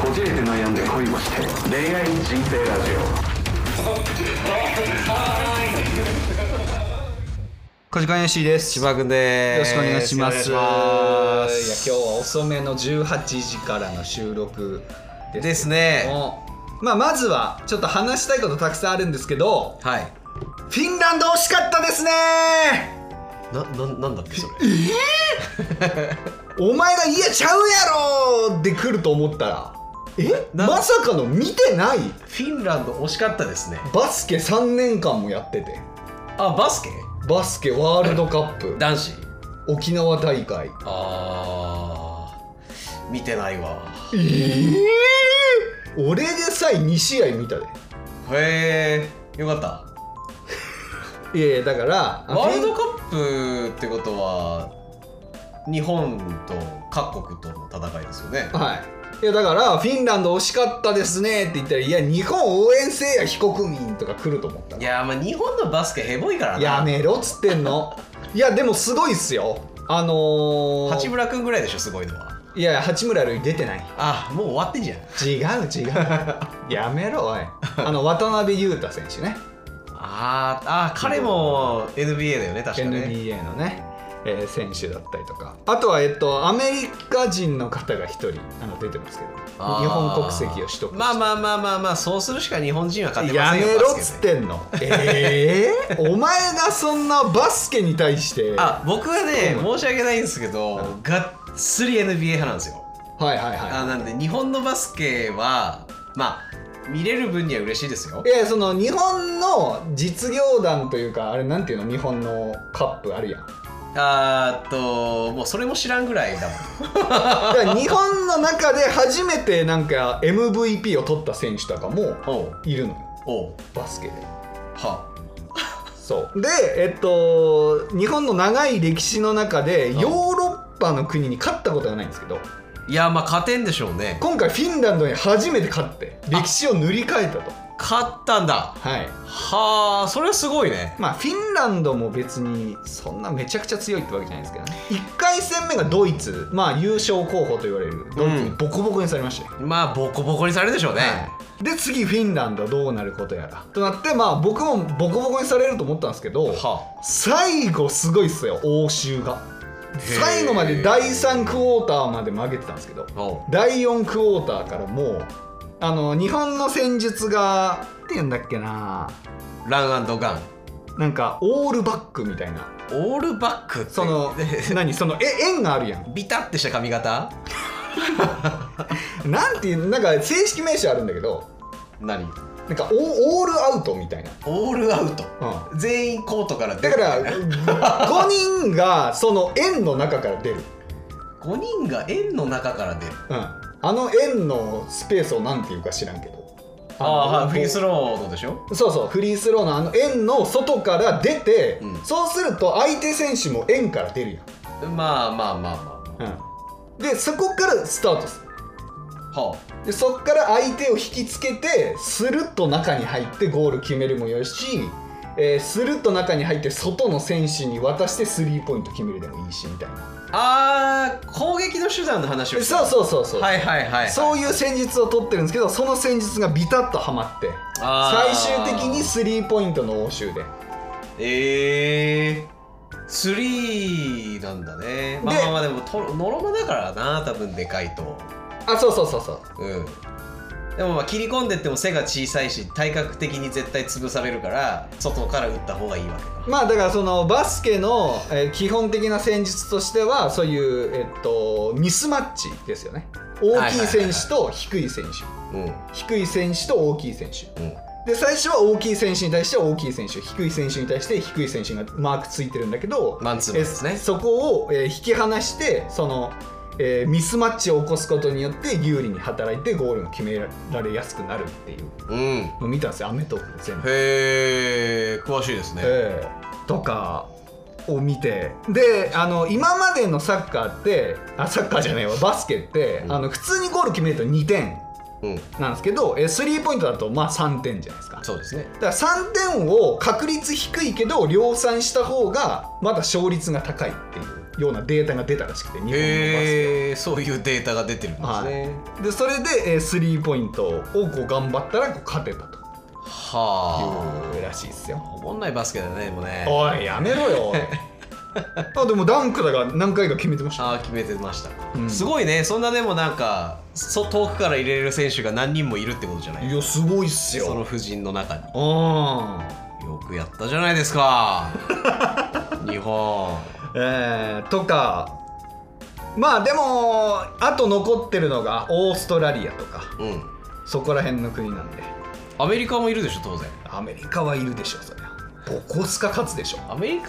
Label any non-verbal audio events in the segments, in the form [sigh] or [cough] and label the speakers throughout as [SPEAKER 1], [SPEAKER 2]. [SPEAKER 1] こじれて悩んで恋をして恋愛人生ラジ
[SPEAKER 2] 小時間 MC ですよ
[SPEAKER 3] 島君で
[SPEAKER 2] ろ
[SPEAKER 3] す
[SPEAKER 2] しくお願いしますいや今日
[SPEAKER 3] 今
[SPEAKER 2] は遅めの18時からの収録で
[SPEAKER 3] 日
[SPEAKER 2] す
[SPEAKER 3] ですね
[SPEAKER 2] もうまあまずはちょっと話したいことたくさんあるんですけど
[SPEAKER 3] はい
[SPEAKER 2] フィンランド惜しかったですね
[SPEAKER 3] なななんだってそれ
[SPEAKER 2] お前が「いやちゃうやろ!」で来ると思ったらえ
[SPEAKER 3] な
[SPEAKER 2] まさかの見てない
[SPEAKER 3] フィンランド惜しかったですね
[SPEAKER 2] バスケ3年間もやってて
[SPEAKER 3] あバスケ
[SPEAKER 2] バスケワールドカップ
[SPEAKER 3] 男子
[SPEAKER 2] 沖縄大会
[SPEAKER 3] あー見てないわ
[SPEAKER 2] えー、俺でさえ2試合見たで
[SPEAKER 3] へえよかった
[SPEAKER 2] いやいやだから
[SPEAKER 3] ワールドカップってことは日本と各国との戦いですよね
[SPEAKER 2] はいいやだからフィンランド惜しかったですねって言ったらいや日本応援せえや非国民とか来ると思った
[SPEAKER 3] いやーまあ日本のバスケヘボいからな
[SPEAKER 2] やめろっつってん [laughs] のいやでもすごいっすよあのー、
[SPEAKER 3] 八村君ぐらいでしょすごいのはい
[SPEAKER 2] や八村塁出てない
[SPEAKER 3] あもう終わってんじゃ
[SPEAKER 2] 違
[SPEAKER 3] ん
[SPEAKER 2] う違 [laughs] うやめろおいあの渡辺裕太選手ね
[SPEAKER 3] あーあー彼も NBA だよね確かね
[SPEAKER 2] NBA のね、えー選手だったりとかあとは、えっと、アメリカ人の方が1人あの出てますけど日
[SPEAKER 3] あー
[SPEAKER 2] 本国籍を取得して
[SPEAKER 3] まあまあまあまあまあそうするしか日本人は勝てま
[SPEAKER 2] や
[SPEAKER 3] せんよ
[SPEAKER 2] めろっ
[SPEAKER 3] バス
[SPEAKER 2] つっ
[SPEAKER 3] ケで
[SPEAKER 2] てんのええお前がそんなバスケに対しては
[SPEAKER 3] あ僕はね申し訳ないんですけど
[SPEAKER 2] う
[SPEAKER 3] がっつり NBA 派なんですよ
[SPEAKER 2] いはいは
[SPEAKER 3] あなんで日本のバスケはまあ見れる分には嬉しいですよ
[SPEAKER 2] いいやその日本の実業団というかあれなんていうの日本のカップあるやん
[SPEAKER 3] あーっともうそれも知らんぐらいだもん
[SPEAKER 2] だから日本の中で初めてなんか MVP を取った選手とかも [laughs]
[SPEAKER 3] おう
[SPEAKER 2] いるのよ
[SPEAKER 3] おう
[SPEAKER 2] バスケで
[SPEAKER 3] は
[SPEAKER 2] そうでえっと日本の長い歴史の中でヨ
[SPEAKER 3] うん
[SPEAKER 2] ーロッパの国に勝ったことがないんですけど
[SPEAKER 3] いやまあ勝てんでしょうね
[SPEAKER 2] 今回フィンランドに初めて勝って歴史を塗り替えたと
[SPEAKER 3] 勝ったんだ
[SPEAKER 2] はい
[SPEAKER 3] はあそれはすごいね
[SPEAKER 2] まあ、フィンランドも別にそんなめちゃくちゃ強いってわけじゃないですけどね1回戦目がドイツ、まあ、優勝候補と言われるドイツにボコボコにされましたよ、
[SPEAKER 3] まあボコボコにされるでしょうね、
[SPEAKER 2] はいで次フィンランドはどうなることやらとなって、まあ、僕もボコボコにされると思ったんですけど
[SPEAKER 3] は
[SPEAKER 2] 最後すごいっすよ欧州が
[SPEAKER 3] へー
[SPEAKER 2] 最後まで第3クォーターまで負けてたんですけど
[SPEAKER 3] あおう
[SPEAKER 2] 第4クォーターからもうあの日本の戦術がっていうんだっけな
[SPEAKER 3] ランガン
[SPEAKER 2] なんかオールバックみたいな
[SPEAKER 3] オールバックって
[SPEAKER 2] その何そのえ縁があるやん
[SPEAKER 3] ビタってした髪型
[SPEAKER 2] なんていうなんか正式名称あるんだけど
[SPEAKER 3] 何
[SPEAKER 2] なんかオオールアウトみたいな、
[SPEAKER 3] オールアウト
[SPEAKER 2] う
[SPEAKER 3] 全員コートから
[SPEAKER 2] ん、
[SPEAKER 3] 出
[SPEAKER 2] だ
[SPEAKER 3] る
[SPEAKER 2] から5 [laughs] 人がその円の中から出る、
[SPEAKER 3] 5人が円の中から出る
[SPEAKER 2] うん、あの円のスペースをなんていうか知らんけど
[SPEAKER 3] ああ
[SPEAKER 2] の
[SPEAKER 3] フリースローのでしょ
[SPEAKER 2] そうそうフリースローのあの円の外から出て、
[SPEAKER 3] うん
[SPEAKER 2] そうすると相手選手も円から出る
[SPEAKER 3] まあまあまあま
[SPEAKER 2] やん、うん、でそこからスタートする
[SPEAKER 3] あは
[SPEAKER 2] でそっから相手を引きつけてスルッと中に入ってゴール決めるもよし、えー、スルッと中に入って外の選手に渡してスリーポイント決めるでもいいしみたいな
[SPEAKER 3] ああー攻撃の手段の話をして
[SPEAKER 2] そうそうそうそう、
[SPEAKER 3] はいはいはい
[SPEAKER 2] そういう戦術を取ってるんですけどその戦術がビタッとはまって
[SPEAKER 3] あ
[SPEAKER 2] 最
[SPEAKER 3] ー
[SPEAKER 2] 終的にスリーポイントの応酬で
[SPEAKER 3] ええー、スリーなんだねまあ
[SPEAKER 2] で
[SPEAKER 3] まあまあでもとノロマだからな多分でかいと
[SPEAKER 2] あそうそうそうそう
[SPEAKER 3] うんでもまあ切り込んでっても背が小さいし体格的に絶対潰されるから外から打った方がいいわけか
[SPEAKER 2] まあだからそのバスケの、えー基本的な戦術としてはそういう、えっと、ミスマッチですよね大きい選手と低い選手、
[SPEAKER 3] うん
[SPEAKER 2] 低い選手と大きい選手
[SPEAKER 3] うん
[SPEAKER 2] で最初は大きい選手に対して大きい選手低い選手に対して低い選手がマークついてるんだけど、
[SPEAKER 3] マンツーマンですね
[SPEAKER 2] えそこを、えー引き離してその、えーミスマッチを起こすことによって有利に働いてゴールが決められやすくなるっていう
[SPEAKER 3] うん
[SPEAKER 2] のを見たんですよアメトークで全部。
[SPEAKER 3] へえ詳しいですね
[SPEAKER 2] えーとかを見てであの今までのサッカーってあサッカーじゃないわバスケって、
[SPEAKER 3] うん
[SPEAKER 2] あの普通にゴール決めると2点
[SPEAKER 3] うん
[SPEAKER 2] なんですけど、えー、スリーポイントだとまあ3点じゃないですか。
[SPEAKER 3] そうですね
[SPEAKER 2] だから3点を確率低いけど量産した方がまだ勝率が高いっていうようなデータが出たらしくて日本のバスケ
[SPEAKER 3] へえそういうデータが出てるんですね
[SPEAKER 2] でそれでえースリーポイントをこう頑張ったらこう勝てたと
[SPEAKER 3] はあ
[SPEAKER 2] いうらしいですよ
[SPEAKER 3] おもんないバスケだねでもね
[SPEAKER 2] おいやめろよおい [laughs] あでもダンクだが何回か決めてました
[SPEAKER 3] ああ決めてました、
[SPEAKER 2] うん
[SPEAKER 3] すごいねそんなでもなんかそ遠くから入れれる選手が何人もいるってことじゃない
[SPEAKER 2] いやすごいっす
[SPEAKER 3] その
[SPEAKER 2] よ
[SPEAKER 3] 夫人の中に
[SPEAKER 2] ああ
[SPEAKER 3] よくやったじゃないで
[SPEAKER 2] [laughs]
[SPEAKER 3] すか日本
[SPEAKER 2] えーとかまあでもあと残ってるのがオーストラリアとか
[SPEAKER 3] うん
[SPEAKER 2] そこら辺の国なんで
[SPEAKER 3] アメリカもいるでしょ当然
[SPEAKER 2] アメリカはいるでしょそりゃボコスカ勝つでしょ
[SPEAKER 3] アメリカ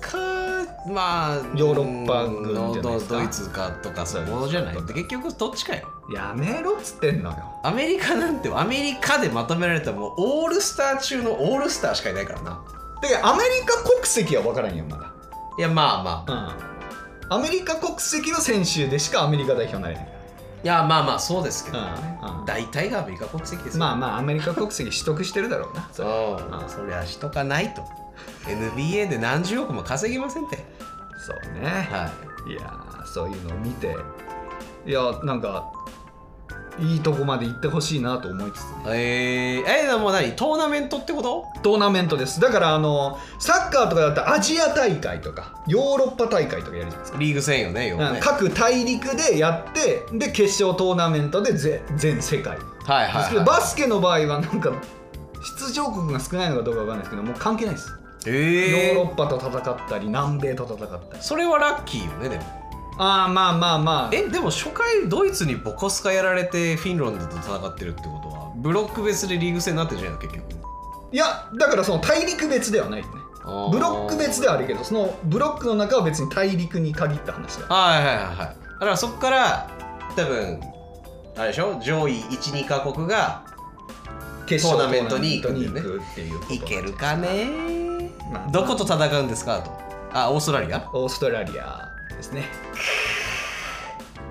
[SPEAKER 3] かまあ
[SPEAKER 2] ヨーロッパ軍じゃないですか
[SPEAKER 3] ドイツかとかそういうものじゃないで結局どっちかよ
[SPEAKER 2] やめろっつってんのよ
[SPEAKER 3] アメリカなんてアメリカでまとめられたらもうオールスター中のオールスターしかいないからな
[SPEAKER 2] てかアメリカ国籍は分からんよまだ
[SPEAKER 3] いやまあまあ
[SPEAKER 2] うんアメリカ国籍の選手でしかアメリカ代表になれない
[SPEAKER 3] いやまあまあそうですけどね、
[SPEAKER 2] うんうん
[SPEAKER 3] 大体がアメリカ国籍ですよ
[SPEAKER 2] まあまあアメリカ国籍取得してるだろうな
[SPEAKER 3] そ
[SPEAKER 2] そうれ
[SPEAKER 3] まあそりゃ人がないと NBA で何十億も稼ぎませんって
[SPEAKER 2] そうね
[SPEAKER 3] はい
[SPEAKER 2] いやーそういうのを見ていやなんかいいとこまで行ってほしいなと思いつつね
[SPEAKER 3] えー、えでも何トーナメントってこと
[SPEAKER 2] トーナメントですだからあのサッカーとかだったらアジア大会とかヨーロッパ大会とかやるじゃないですか
[SPEAKER 3] リーグ戦よねよくね、
[SPEAKER 2] うん各大陸でやってで決勝トーナメントでぜ全世界
[SPEAKER 3] はいはい、
[SPEAKER 2] ですけ
[SPEAKER 3] は
[SPEAKER 2] ど
[SPEAKER 3] い、
[SPEAKER 2] バスケの場合はなんか出場国が少ないのかどうかわかんないですけどもう関係ないです、
[SPEAKER 3] え
[SPEAKER 2] ヨー
[SPEAKER 3] ー
[SPEAKER 2] ロッパと戦ったり南米と戦ったり
[SPEAKER 3] それはラッキーよねでも
[SPEAKER 2] ああまあまあまあ
[SPEAKER 3] えでも初回ドイツにボコスカやられてフィンランドと戦ってるってことはブロック別でリーグ戦になってんじゃないの結局
[SPEAKER 2] いやだからその大陸別ではないよね
[SPEAKER 3] あー
[SPEAKER 2] ブロック別ではあるけどそのブロックの中は別に大陸に限った話だ
[SPEAKER 3] はいはいはいはいだからそこから多分あれでしょ上位12か国が
[SPEAKER 2] 決
[SPEAKER 3] トーナメントに行くんだよね
[SPEAKER 2] トーナメントに行くっていうこと
[SPEAKER 3] いけるかねー
[SPEAKER 2] まあ
[SPEAKER 3] どこと戦うんですかとあオーストラリア
[SPEAKER 2] オーストラリアですね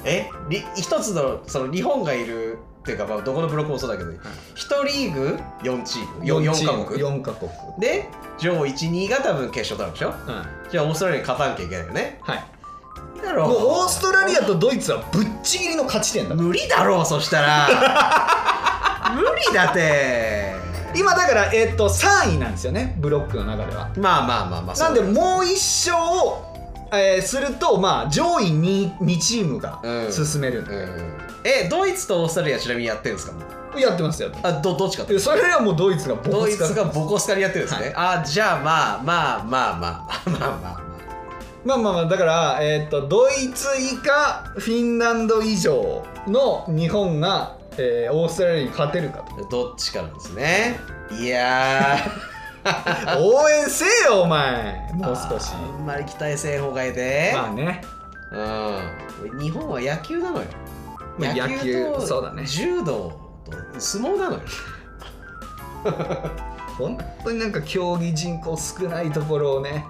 [SPEAKER 3] えり一つのその日本がいるっていうか、まあ、どこのブロックもそうだけど、一リーグ4チーム 4,
[SPEAKER 2] チーム
[SPEAKER 3] 4カ国
[SPEAKER 2] 4カ国
[SPEAKER 3] で上位12が多分決勝になるでしょ
[SPEAKER 2] うん
[SPEAKER 3] じゃあオーストラリアに勝たなきゃいけないよね
[SPEAKER 2] はい
[SPEAKER 3] だろ
[SPEAKER 2] もうオーストラリアとドイツはぶっちぎりの勝ち点だ
[SPEAKER 3] 無理だろうそし
[SPEAKER 2] [laughs]
[SPEAKER 3] たら無理だって
[SPEAKER 2] 今だから、えっと3位なんですよねブロックの中では
[SPEAKER 3] まあまあまあまあ
[SPEAKER 2] なんで
[SPEAKER 3] そうだよ
[SPEAKER 2] もう1勝を、えーすると、まあ、上位 2, 2チームが
[SPEAKER 3] うん
[SPEAKER 2] 進めるんで、
[SPEAKER 3] うんえドイツとオーストラリアちなみにやってるんですかもう
[SPEAKER 2] やってますよ
[SPEAKER 3] あどどっちかって
[SPEAKER 2] でそれよりはもうドイツがボコ
[SPEAKER 3] ドイ
[SPEAKER 2] スカ
[SPEAKER 3] ツがボコスカにやってるんですね、あじゃあまあまあまあまあまあまあまあまあ
[SPEAKER 2] まあまあまあだから、えー、とドイツ以下フィンランド以上の日本が、えーオーストラリアに勝てるかと
[SPEAKER 3] どっちかなんですねいやー
[SPEAKER 2] 応援せえよお前もう少し
[SPEAKER 3] あんまり期待せん方がええで、
[SPEAKER 2] まあね
[SPEAKER 3] うん、日本は野球なのよ。
[SPEAKER 2] まあ野球
[SPEAKER 3] と
[SPEAKER 2] そうだね
[SPEAKER 3] 柔道と相撲なのよ。
[SPEAKER 2] 本当になんか競技人口少ないところをね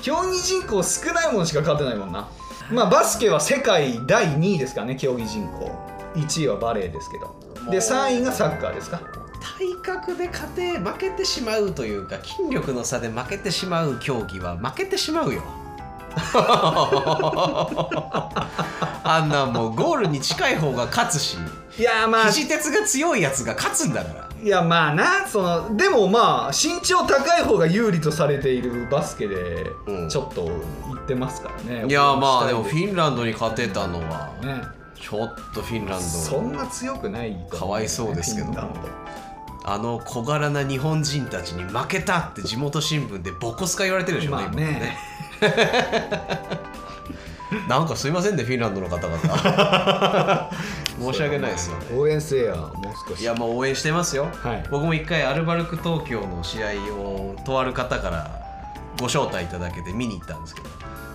[SPEAKER 2] 競技人口少ないものしか勝てないもんなまあバスケは世界第2位ですからね競技人口1位はバレーですけどで3位がサッカーですか
[SPEAKER 3] 体格で勝て負けてしまうというか筋力の差で負けてしまう競技は負けてしまう [laughs] よ。あんなんもうゴールに近い方が勝つし
[SPEAKER 2] いやーまあ
[SPEAKER 3] 肘鉄が強いやつが勝つんだから。
[SPEAKER 2] いやまあなそのでもまあ身長高い方が有利とされているバスケで
[SPEAKER 3] うん
[SPEAKER 2] ちょっと言ってますからね、
[SPEAKER 3] いやまあでもフ
[SPEAKER 2] ね
[SPEAKER 3] ィンランドに勝てたのはちょっとフィンランド
[SPEAKER 2] そんな強くないと思
[SPEAKER 3] かわいそうですけど
[SPEAKER 2] フィンラン
[SPEAKER 3] あの小柄な日本人たちに負けたって地元新聞でボコスカ言われてるでし
[SPEAKER 2] ド
[SPEAKER 3] ょ、
[SPEAKER 2] まあ
[SPEAKER 3] 今ね
[SPEAKER 2] ね
[SPEAKER 3] なんかすいませんねフィンランドの方々
[SPEAKER 2] [laughs]
[SPEAKER 3] 申し訳ないですよ
[SPEAKER 2] 応援せえよもう少し
[SPEAKER 3] いやもう応援してますよ、
[SPEAKER 2] はい
[SPEAKER 3] 僕も一回アルバルク東京の試合をとある方からご招待いただけて見に行ったんですけど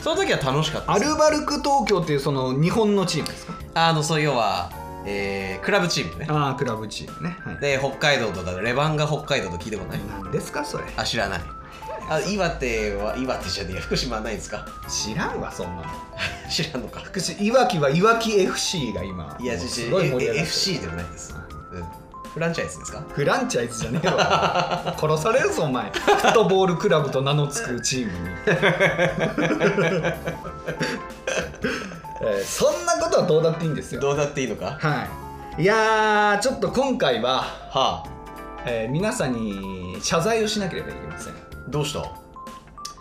[SPEAKER 3] その時は楽しかった
[SPEAKER 2] ア
[SPEAKER 3] です
[SPEAKER 2] ルバルク東京っていうその日本のチームですか
[SPEAKER 3] あのそう要は、えークラブチームね
[SPEAKER 2] ああクラブチームね、はい、
[SPEAKER 3] で北海道とかレバンが北海道と聞いたことない
[SPEAKER 2] 何ですかそれ
[SPEAKER 3] あ知らないあ岩手は岩手じゃねえや福島はないんですか
[SPEAKER 2] 知らんわそんなの
[SPEAKER 3] 知らんのか
[SPEAKER 2] 福祉いわきはいわき FC が今
[SPEAKER 3] いや、
[SPEAKER 2] もう
[SPEAKER 3] じじ
[SPEAKER 2] すごい盛り上がってる
[SPEAKER 3] FC ではないです。うん、クフランチャイズですか
[SPEAKER 2] フランチャイズじゃねえわ殺されるぞお前フットボールクラブと名の付くチームに、えーそんなことはどうだっていいんですよ
[SPEAKER 3] どうだっていいのか
[SPEAKER 2] はいいやーちょっと今回は、
[SPEAKER 3] はあ
[SPEAKER 2] えー皆さんに謝罪をしなければいけません
[SPEAKER 3] どうした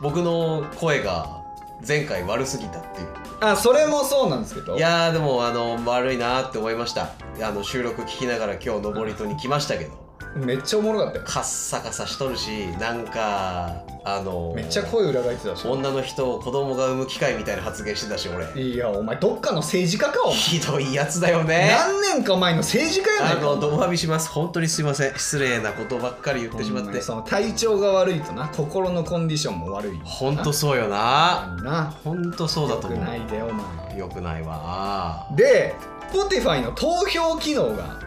[SPEAKER 3] 僕の声が前回悪すぎたっていう
[SPEAKER 2] あそれもそうなんですけど
[SPEAKER 3] いやーでもあの悪いなーって思いましたあの収録聞きながら今日登戸に来ましたけど
[SPEAKER 2] めっちゃおもろかったよ
[SPEAKER 3] カッサカサしとるしなんかあの
[SPEAKER 2] めっちゃ声裏返ってたし
[SPEAKER 3] 女の人を子供が産む機会みたいな発言してたし俺
[SPEAKER 2] いやお前どっかの政治家かお前
[SPEAKER 3] ひどいやつだよね
[SPEAKER 2] 何年か前の政治家や
[SPEAKER 3] あ
[SPEAKER 2] ないかお
[SPEAKER 3] の
[SPEAKER 2] 前
[SPEAKER 3] どう詫びします本当にすいません失礼なことばっかり言ってしまって
[SPEAKER 2] その体調が悪いとな心のコンディションも悪い
[SPEAKER 3] 本当そうよな
[SPEAKER 2] なな
[SPEAKER 3] 本当そうだと思
[SPEAKER 2] 良くな
[SPEAKER 3] う
[SPEAKER 2] いでお前
[SPEAKER 3] よくないわ
[SPEAKER 2] で Spotify の投票機能が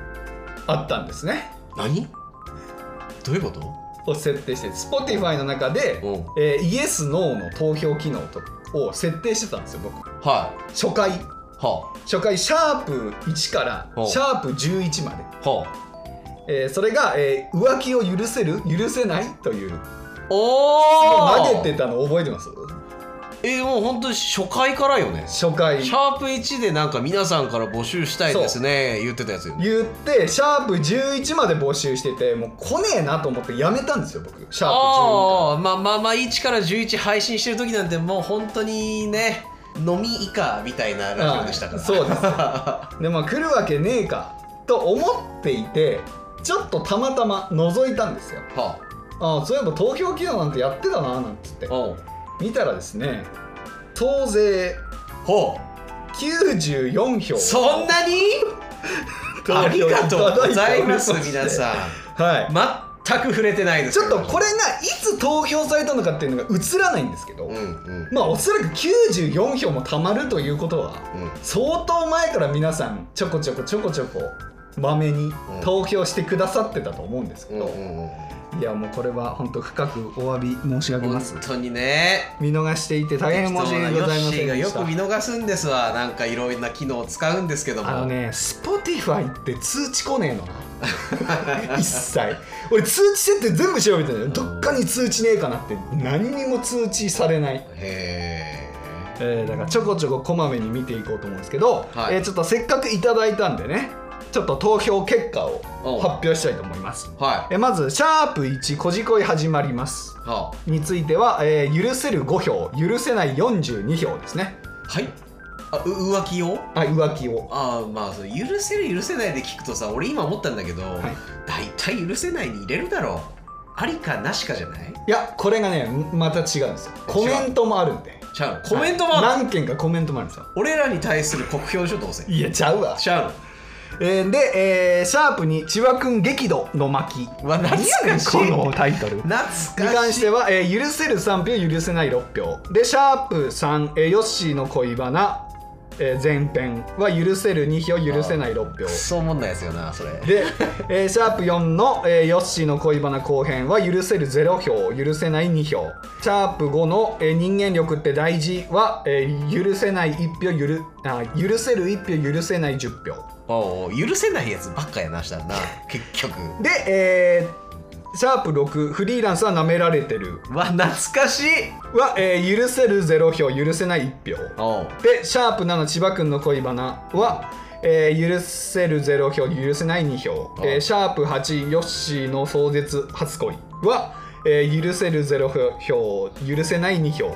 [SPEAKER 2] あったんですね
[SPEAKER 3] 何どういうこと
[SPEAKER 2] を設定して Spotify の中で、
[SPEAKER 3] うん
[SPEAKER 2] えーイエス・ノーの投票機能とを設定してたんですよ僕
[SPEAKER 3] は
[SPEAKER 2] 初回
[SPEAKER 3] いは
[SPEAKER 2] 初回シャープ1から
[SPEAKER 3] お
[SPEAKER 2] シャープ11ま
[SPEAKER 3] あはあ
[SPEAKER 2] で、えーそれが、えー浮気を許せる許せないという
[SPEAKER 3] おお
[SPEAKER 2] 投げてたの覚えてます
[SPEAKER 3] えもう本当に初回からよね
[SPEAKER 2] 初回
[SPEAKER 3] シャープ1でなんか皆さんから募集したいですね言ってたやつよね
[SPEAKER 2] 言ってシャープ11まで募集しててもう来ねえなと思ってやめたんですよ僕シャープ12
[SPEAKER 3] ああまあまあまあ1から11配信してる時なんてもう本当にね飲み以下みたいなラジオでしたから、
[SPEAKER 2] はいそうです
[SPEAKER 3] は
[SPEAKER 2] でまあ来るわけねえかと思っていてちょっとたまたま覗いたんですよ
[SPEAKER 3] あ
[SPEAKER 2] ああそういえば投票機能なんてやってたななんつって
[SPEAKER 3] おう
[SPEAKER 2] 見たらですね総勢
[SPEAKER 3] ほ
[SPEAKER 2] 94票
[SPEAKER 3] うそんなに
[SPEAKER 2] 投票
[SPEAKER 3] ありがとうございます
[SPEAKER 2] いただいており
[SPEAKER 3] 皆
[SPEAKER 2] まして
[SPEAKER 3] さん
[SPEAKER 2] はい
[SPEAKER 3] 全く触れてないで
[SPEAKER 2] ち
[SPEAKER 3] すけ
[SPEAKER 2] ょっ
[SPEAKER 3] ど
[SPEAKER 2] とこれがいつ投票されたのかっていうのが映らないんですけど、
[SPEAKER 3] うんうん
[SPEAKER 2] まあおそらく94票もたまるということは
[SPEAKER 3] うん
[SPEAKER 2] 相当前から皆さんちょこちょこちょこちょこまめに投票してくださってたと思うんですけ
[SPEAKER 3] うん
[SPEAKER 2] ど、
[SPEAKER 3] うんうん
[SPEAKER 2] いやもうこれは本当深くお詫び申し上げます
[SPEAKER 3] 本当にね
[SPEAKER 2] 見逃していて大変申し訳ございません
[SPEAKER 3] ヨッシーが
[SPEAKER 2] で
[SPEAKER 3] よ
[SPEAKER 2] し
[SPEAKER 3] く見
[SPEAKER 2] た
[SPEAKER 3] 逃すんですわなんかいろんな機能を使うんですけども
[SPEAKER 2] あのね Spotify って通知来ねえの [laughs] な一切俺通知設定全部調べてるのよどっかに通知ねえかなって何にも通知されない
[SPEAKER 3] へえ
[SPEAKER 2] えーだからちょこちょここまめに見ていこうと思うんですけど、
[SPEAKER 3] はい
[SPEAKER 2] えーちょっとせっかくいただいたんでねちょっと投票結果を
[SPEAKER 3] おう
[SPEAKER 2] 発表したいと思います
[SPEAKER 3] は
[SPEAKER 2] えーまず「シャープ #1 こじこい始まります
[SPEAKER 3] いは」
[SPEAKER 2] については、えー許せる5票許せない42票ですね
[SPEAKER 3] あはいあう浮気を
[SPEAKER 2] はい浮気を
[SPEAKER 3] ああまあそれ許せる許せないで聞くとさ俺今思ったんだけど、
[SPEAKER 2] い
[SPEAKER 3] 大体許せないに入れるだろうありかなしかじゃない
[SPEAKER 2] いやこれがねまた違うんですよコメントもあるんで
[SPEAKER 3] ちゃうコメントもある、
[SPEAKER 2] はい何件かコメントもあるんですよ
[SPEAKER 3] 俺らに対する酷評でしょどうせ
[SPEAKER 2] いやちゃうわ、
[SPEAKER 3] ちゃう
[SPEAKER 2] えーで、えーシャープに千葉くん激怒の巻」
[SPEAKER 3] うわ懐かしい
[SPEAKER 2] 何やねんこのタイトル
[SPEAKER 3] 懐
[SPEAKER 2] に
[SPEAKER 3] か
[SPEAKER 2] 関
[SPEAKER 3] し
[SPEAKER 2] し
[SPEAKER 3] い
[SPEAKER 2] ては、えー許せる3票許せない6票でシャープ3、えーヨッシーの恋バナ、えー前編は許せる2票許せない6票
[SPEAKER 3] クソおもんないですよなそれ
[SPEAKER 2] で、えーシャープ4の、えーヨッシーの恋バナ後編は許せる0票許せない2票シャープ5の、えー人間力って大事は、えー許せない1票許るあ許せる1票許せない10票
[SPEAKER 3] おうおう許せないやつばっかやなしたらな [laughs] 結局
[SPEAKER 2] で、えーシャープ6フリーランスは舐められてる
[SPEAKER 3] うわ懐かしい
[SPEAKER 2] は、えー許せる0票許せない1票
[SPEAKER 3] おう
[SPEAKER 2] で、シャープ7、千葉くんの恋バナは、えー許せる0票、許せない2票。
[SPEAKER 3] あ
[SPEAKER 2] えーシャープ8、ヨッシーの壮絶初恋は、えー許せる0票、許せない2票。
[SPEAKER 3] も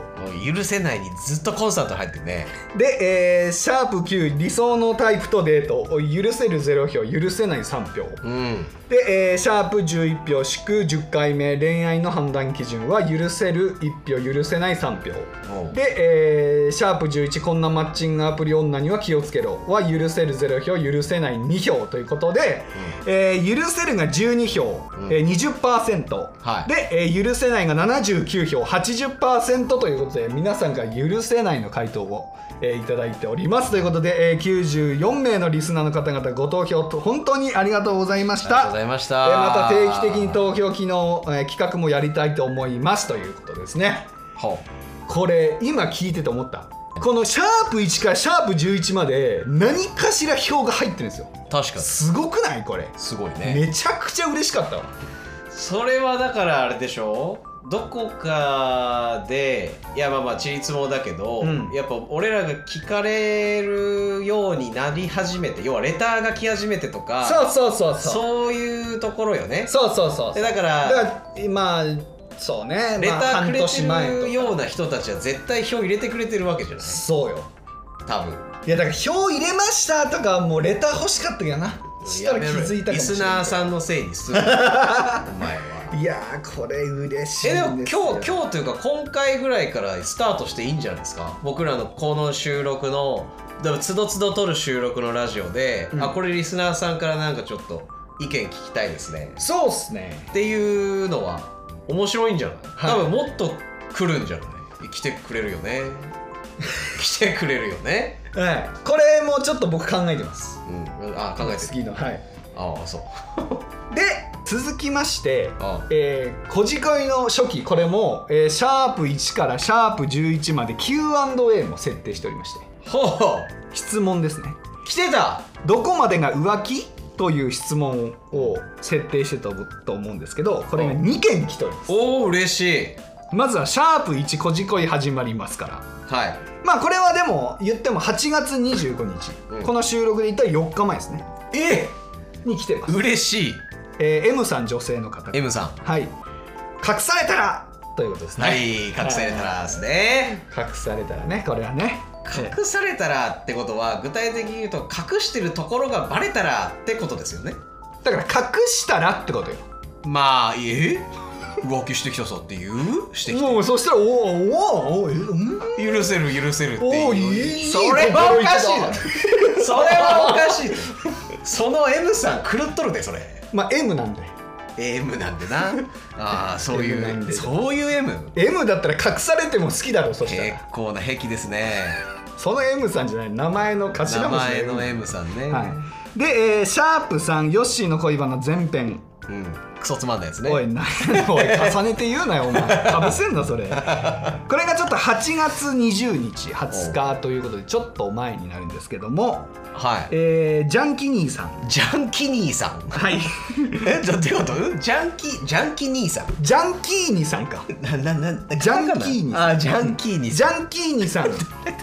[SPEAKER 3] う許せないにずっとコンサート入ってるね
[SPEAKER 2] で、えーシャープ9、理想のタイプとデート、許せる0票、許せない3票。
[SPEAKER 3] うん
[SPEAKER 2] で、えーシャープ11票、祝10回目、恋愛の判断基準は、許せる1票、許せない3票。
[SPEAKER 3] おう
[SPEAKER 2] で、えーシャープ11こんなマッチングアプリ女には気をつけろは許せる0票許せない2票ということで、えー許せるが12票、
[SPEAKER 3] うん
[SPEAKER 2] えー20%、
[SPEAKER 3] はい
[SPEAKER 2] で、えー許せないが79票80%ということで皆さんから許せないの回答を、えーいただいておりますということで、えー94名のリスナーの方々ご投票と本当にありがとうございまし
[SPEAKER 3] ありがとう
[SPEAKER 2] た
[SPEAKER 3] ございまし
[SPEAKER 2] え
[SPEAKER 3] た
[SPEAKER 2] ーまた定期的に投票機能、えー企画もやりたいと思いますということですね
[SPEAKER 3] ほ
[SPEAKER 2] これ今聞いてて思ったこのシャープ1からシャープ11まで何かしら票が入ってるんですよ
[SPEAKER 3] 確かに
[SPEAKER 2] すごくないこれ
[SPEAKER 3] すごいね
[SPEAKER 2] めちゃくちゃ嬉しかったわ
[SPEAKER 3] それはだからあれでしょどこかでいやまあまあちりつもだけど、
[SPEAKER 2] うん
[SPEAKER 3] やっぱ俺らが聞かれるようになり始めて要はレターが来始めてとか
[SPEAKER 2] そうそうそうそう
[SPEAKER 3] そういうところよね
[SPEAKER 2] そうそうそう
[SPEAKER 3] でだから
[SPEAKER 2] だからまあそうね
[SPEAKER 3] レタ
[SPEAKER 2] まあ、
[SPEAKER 3] ー
[SPEAKER 2] 半
[SPEAKER 3] くれ
[SPEAKER 2] 年前
[SPEAKER 3] てる
[SPEAKER 2] とか
[SPEAKER 3] ような人たちは絶対票入れてくれてるわけじゃない
[SPEAKER 2] そうよ
[SPEAKER 3] 多分
[SPEAKER 2] いやだから票入れましたとかもうレター欲しかったけどなそしたら気づいたかも
[SPEAKER 3] リ
[SPEAKER 2] しれ
[SPEAKER 3] ス
[SPEAKER 2] ない
[SPEAKER 3] ナーさんのせい
[SPEAKER 2] [laughs]
[SPEAKER 3] にするお前はい
[SPEAKER 2] やーこれ嬉しい
[SPEAKER 3] えでも
[SPEAKER 2] んで
[SPEAKER 3] 今日
[SPEAKER 2] すよ
[SPEAKER 3] 今日というか今回ぐらいからスタートしていいんじゃないですか僕らのこの収録のでもつどつど撮る収録のラジオで、
[SPEAKER 2] うん
[SPEAKER 3] あこれリスナーさんからなんかちょっと意見聞きたいですね
[SPEAKER 2] そうっすね
[SPEAKER 3] っていうのは面白いんじゃない、
[SPEAKER 2] はい
[SPEAKER 3] 多分もっと来るんじゃない来てくれるよ [laughs] ね来てくれるよね、
[SPEAKER 2] はいこれもちょっと僕考えてます
[SPEAKER 3] うん、あ考えてる
[SPEAKER 2] 次のはい
[SPEAKER 3] ああそう
[SPEAKER 2] で続きまして
[SPEAKER 3] あ
[SPEAKER 2] えー、こじこいの初期これも、えーシャープ1からシャープ11まで Q&A も設定しておりまして
[SPEAKER 3] あほう
[SPEAKER 2] 質問ですね
[SPEAKER 3] 来てた
[SPEAKER 2] どこまでが浮気という質問を設定してたと思うんですけどこれが2件来ております
[SPEAKER 3] おお嬉しい
[SPEAKER 2] まずは「シャープ #1 こじこい始まります」から
[SPEAKER 3] はい
[SPEAKER 2] まあこれはでも言っても8月25日、
[SPEAKER 3] うん
[SPEAKER 2] この収録で言ったら4日前ですね
[SPEAKER 3] え
[SPEAKER 2] に来てます、
[SPEAKER 3] 嬉しい
[SPEAKER 2] えー M さん女性の方
[SPEAKER 3] M さん
[SPEAKER 2] はい隠されたらということですね、
[SPEAKER 3] はい隠されたらですね
[SPEAKER 2] 隠されたらねこれはね
[SPEAKER 3] 隠されたらってことは具体的に言うと隠してるところがバレたらってことですよね
[SPEAKER 2] だから隠したらってことよ
[SPEAKER 3] まあえ [laughs] 浮気してきたぞっていうしてき
[SPEAKER 2] もうそしたらおーおーおーおーうん
[SPEAKER 3] て許せる許せるって
[SPEAKER 2] おー
[SPEAKER 3] いう
[SPEAKER 2] いい
[SPEAKER 3] それはおかしいだろ [laughs] それはおかしいだろ
[SPEAKER 2] [laughs]
[SPEAKER 3] その M さん狂っとるでそれ
[SPEAKER 2] まあ M なんで
[SPEAKER 3] M なんでなあ
[SPEAKER 2] [laughs]
[SPEAKER 3] あそうい
[SPEAKER 2] M なんで
[SPEAKER 3] うそういう M
[SPEAKER 2] M だったら隠されても好きだろそした
[SPEAKER 3] 結
[SPEAKER 2] ら
[SPEAKER 3] 構な癖ですね
[SPEAKER 2] その M さんじゃない名前の
[SPEAKER 3] 名
[SPEAKER 2] 頭文字
[SPEAKER 3] 前の
[SPEAKER 2] M
[SPEAKER 3] M さんね、
[SPEAKER 2] はいで、えーシャープさんヨッシーの恋バナ前編
[SPEAKER 3] うんクソつまんないですね
[SPEAKER 2] おいな [laughs] おい重ねて言うなよお前かぶせんなそれ
[SPEAKER 3] [laughs]
[SPEAKER 2] これがちょっと8月20日20日ということでちょっと前になるんですけども、
[SPEAKER 3] はい
[SPEAKER 2] えージャンキニーさん
[SPEAKER 3] ジャンキ兄さ
[SPEAKER 2] [laughs]
[SPEAKER 3] ん
[SPEAKER 2] はい
[SPEAKER 3] えどってことジャンキジャンキ兄さん
[SPEAKER 2] ジャンキーニさんか
[SPEAKER 3] ななな
[SPEAKER 2] ジャンキーニさん
[SPEAKER 3] あジャンキーニ
[SPEAKER 2] ジ
[SPEAKER 3] さん
[SPEAKER 2] ャンキーニさん、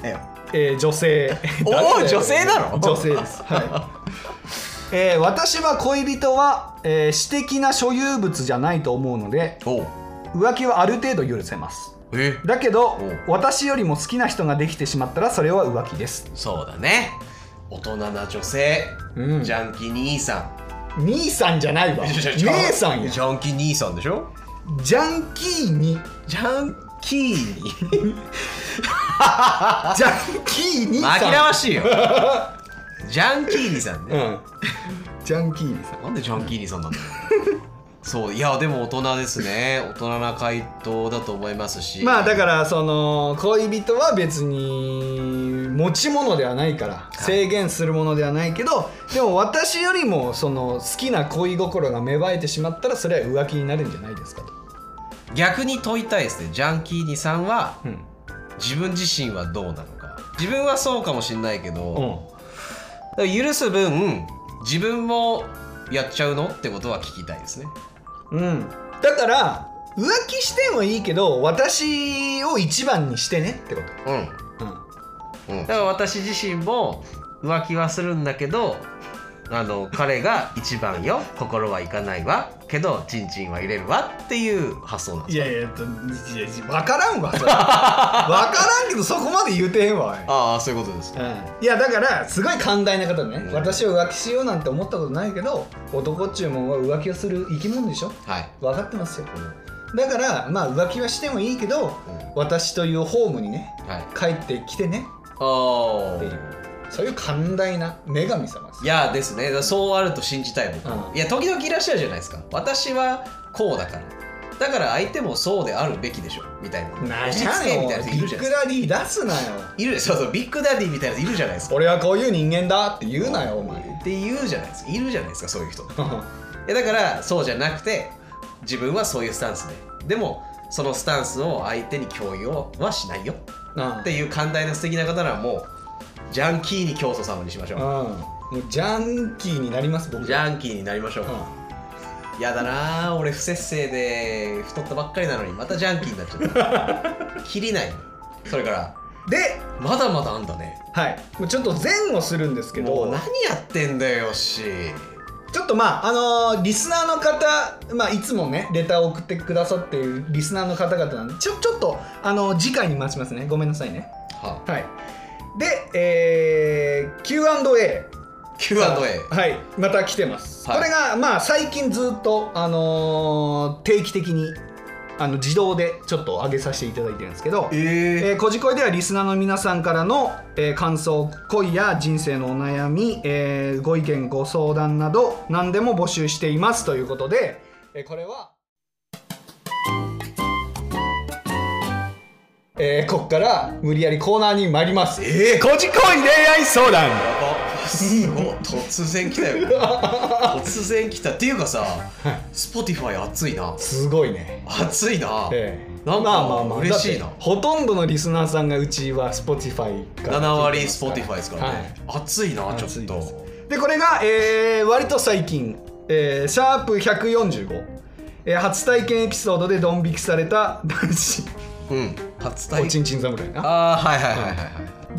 [SPEAKER 3] だよ
[SPEAKER 2] えー女性
[SPEAKER 3] [laughs] おー
[SPEAKER 2] 誰だよ
[SPEAKER 3] 女性なの
[SPEAKER 2] 女性ですはい
[SPEAKER 3] [laughs]
[SPEAKER 2] えー私は恋人は、えー私的な所有物じゃないと思うので
[SPEAKER 3] おう
[SPEAKER 2] 浮気はある程度許せます
[SPEAKER 3] え
[SPEAKER 2] だけど
[SPEAKER 3] おう
[SPEAKER 2] 私よりも好きな人ができてしまったらそれは浮気です
[SPEAKER 3] そうだね大人な女性、
[SPEAKER 2] うん
[SPEAKER 3] ジャンキ兄さ
[SPEAKER 2] 兄さんじゃないわ
[SPEAKER 3] ん
[SPEAKER 2] 姉
[SPEAKER 3] いやいや
[SPEAKER 2] さんや
[SPEAKER 3] ジャンキ兄さんでしょ
[SPEAKER 2] ジャンキーニ
[SPEAKER 3] ジャンキーニ
[SPEAKER 2] ジャンキーニさん
[SPEAKER 3] 紛らわしい
[SPEAKER 2] [laughs]
[SPEAKER 3] よジャンキーニさんね
[SPEAKER 2] うんジャンキーニさん
[SPEAKER 3] なんでジャンキーニさんなんだろうそういやでも大人ですね大人な回答だと思いますし
[SPEAKER 2] まあだ
[SPEAKER 3] ら
[SPEAKER 2] からその恋人は別に持ち物ではないから
[SPEAKER 3] い
[SPEAKER 2] 制限するものではないけどでも私よりもその好きな恋心が芽生えてしまったらそれは浮気になるんじゃないですかと、
[SPEAKER 3] 逆に問いたいですねジャンキーニさんは
[SPEAKER 2] うん
[SPEAKER 3] 自分自身はどうなのか自分はそうかもしれないけ
[SPEAKER 2] う
[SPEAKER 3] ど、
[SPEAKER 2] ん、
[SPEAKER 3] だから許す分自分もやっちゃうのってことは聞きたいですね
[SPEAKER 2] うん、だから浮気してもいいけど私を一番にしてねってこ
[SPEAKER 3] う
[SPEAKER 2] と、うん、
[SPEAKER 3] ん、だから私自身も浮気はするんだけどあの彼が一番よ心はいかないわけどチンチンは入れるわっていう発想なんです
[SPEAKER 2] いやいやといや分からん [laughs] わ分からんけどそこまで言うてへんわおい
[SPEAKER 3] ああそういうことです
[SPEAKER 2] いやだからすごい寛大な方ね、
[SPEAKER 3] うん
[SPEAKER 2] 私を浮気しようなんて思ったことないけど男っちゅうもんは浮気をする生き物でしょ
[SPEAKER 3] はい
[SPEAKER 2] 分かってますよだからまあ浮気はしてもいいけど、私というホームにね
[SPEAKER 3] はい。
[SPEAKER 2] 帰ってきてね
[SPEAKER 3] あ
[SPEAKER 2] っていうそういう寛大な女神様です
[SPEAKER 3] いやですね。そうあると信じたい僕は。
[SPEAKER 2] う
[SPEAKER 3] いや時々いらっしゃるじゃないですか。私はこうだから。だから相手もそうであるべきでしょみたいな。
[SPEAKER 2] な
[SPEAKER 3] 押し
[SPEAKER 2] や
[SPEAKER 3] 付けみたいな人い
[SPEAKER 2] ビ
[SPEAKER 3] るじゃ
[SPEAKER 2] ッ
[SPEAKER 3] ない
[SPEAKER 2] グ
[SPEAKER 3] ですか。
[SPEAKER 2] ダディ出すなよ
[SPEAKER 3] いるそうそうビッグダディみたいな人いるじゃないですか。
[SPEAKER 2] 俺はこういう人間だって言うなよお前
[SPEAKER 3] って言うじゃないですか。いるじゃないですかそういう人。いやだからそうじゃなくて自分はそういうスタンスで。でもそのスタンスを相手に共有はしないよ
[SPEAKER 2] あ
[SPEAKER 3] っていう寛大な素敵な方ならもうジャンキーに教祖様にしまし
[SPEAKER 2] うん
[SPEAKER 3] ょ
[SPEAKER 2] もうジャンキーになります
[SPEAKER 3] う
[SPEAKER 2] 僕
[SPEAKER 3] ジャンキーになりましょう、
[SPEAKER 2] う
[SPEAKER 3] やだなー俺不節制で太ったばっかりなのにまたジャンキーになっちゃ [laughs] った切りないそれから
[SPEAKER 2] んで
[SPEAKER 3] まだまだあんだね
[SPEAKER 2] はいもうちょっと前後するんですけ
[SPEAKER 3] もう
[SPEAKER 2] ど
[SPEAKER 3] 何やってんだよし
[SPEAKER 2] ちょっとまああのーリスナーの方、まあ、いつもねレターを送ってくださっているリスナーの方々なんでちょちょっと、あのー次回に待ちますねごめんなさいね
[SPEAKER 3] は
[SPEAKER 2] はいで、えー、Q&A
[SPEAKER 3] Q&A
[SPEAKER 2] はいまた来てます、
[SPEAKER 3] はい
[SPEAKER 2] これがまあ最近ずっと、あのー定期的にあの自動でちょっと上げさせていただいてるんですけど
[SPEAKER 3] え
[SPEAKER 2] えー、こじこいではリスナーの皆さんからの、えー感想恋や人生のお悩み、えーご意見ご相談など何でも募集していますということで、えーこれは、えーこっから無理やりコーナーに参りますええこじこい恋愛相談
[SPEAKER 3] あす
[SPEAKER 2] [laughs]
[SPEAKER 3] ごい突然来たよ突然来たっていうかさ Spotify 熱いな
[SPEAKER 2] すごいね
[SPEAKER 3] 熱いな、
[SPEAKER 2] ええ
[SPEAKER 3] なんか嬉しい
[SPEAKER 2] だ
[SPEAKER 3] な
[SPEAKER 2] ってほとんどのリスナーさんがうちは Spotify から
[SPEAKER 3] 7割 Spotify ですからね、熱いなちょ
[SPEAKER 2] 暑
[SPEAKER 3] っ
[SPEAKER 2] いです
[SPEAKER 3] と
[SPEAKER 2] でこれが、えー割と最近、えーシャープ145、えー初体験エピソードでドン引きされた [laughs] 男子
[SPEAKER 3] うん初体
[SPEAKER 2] おちんちん侍な
[SPEAKER 3] ああはいはいはいはいはい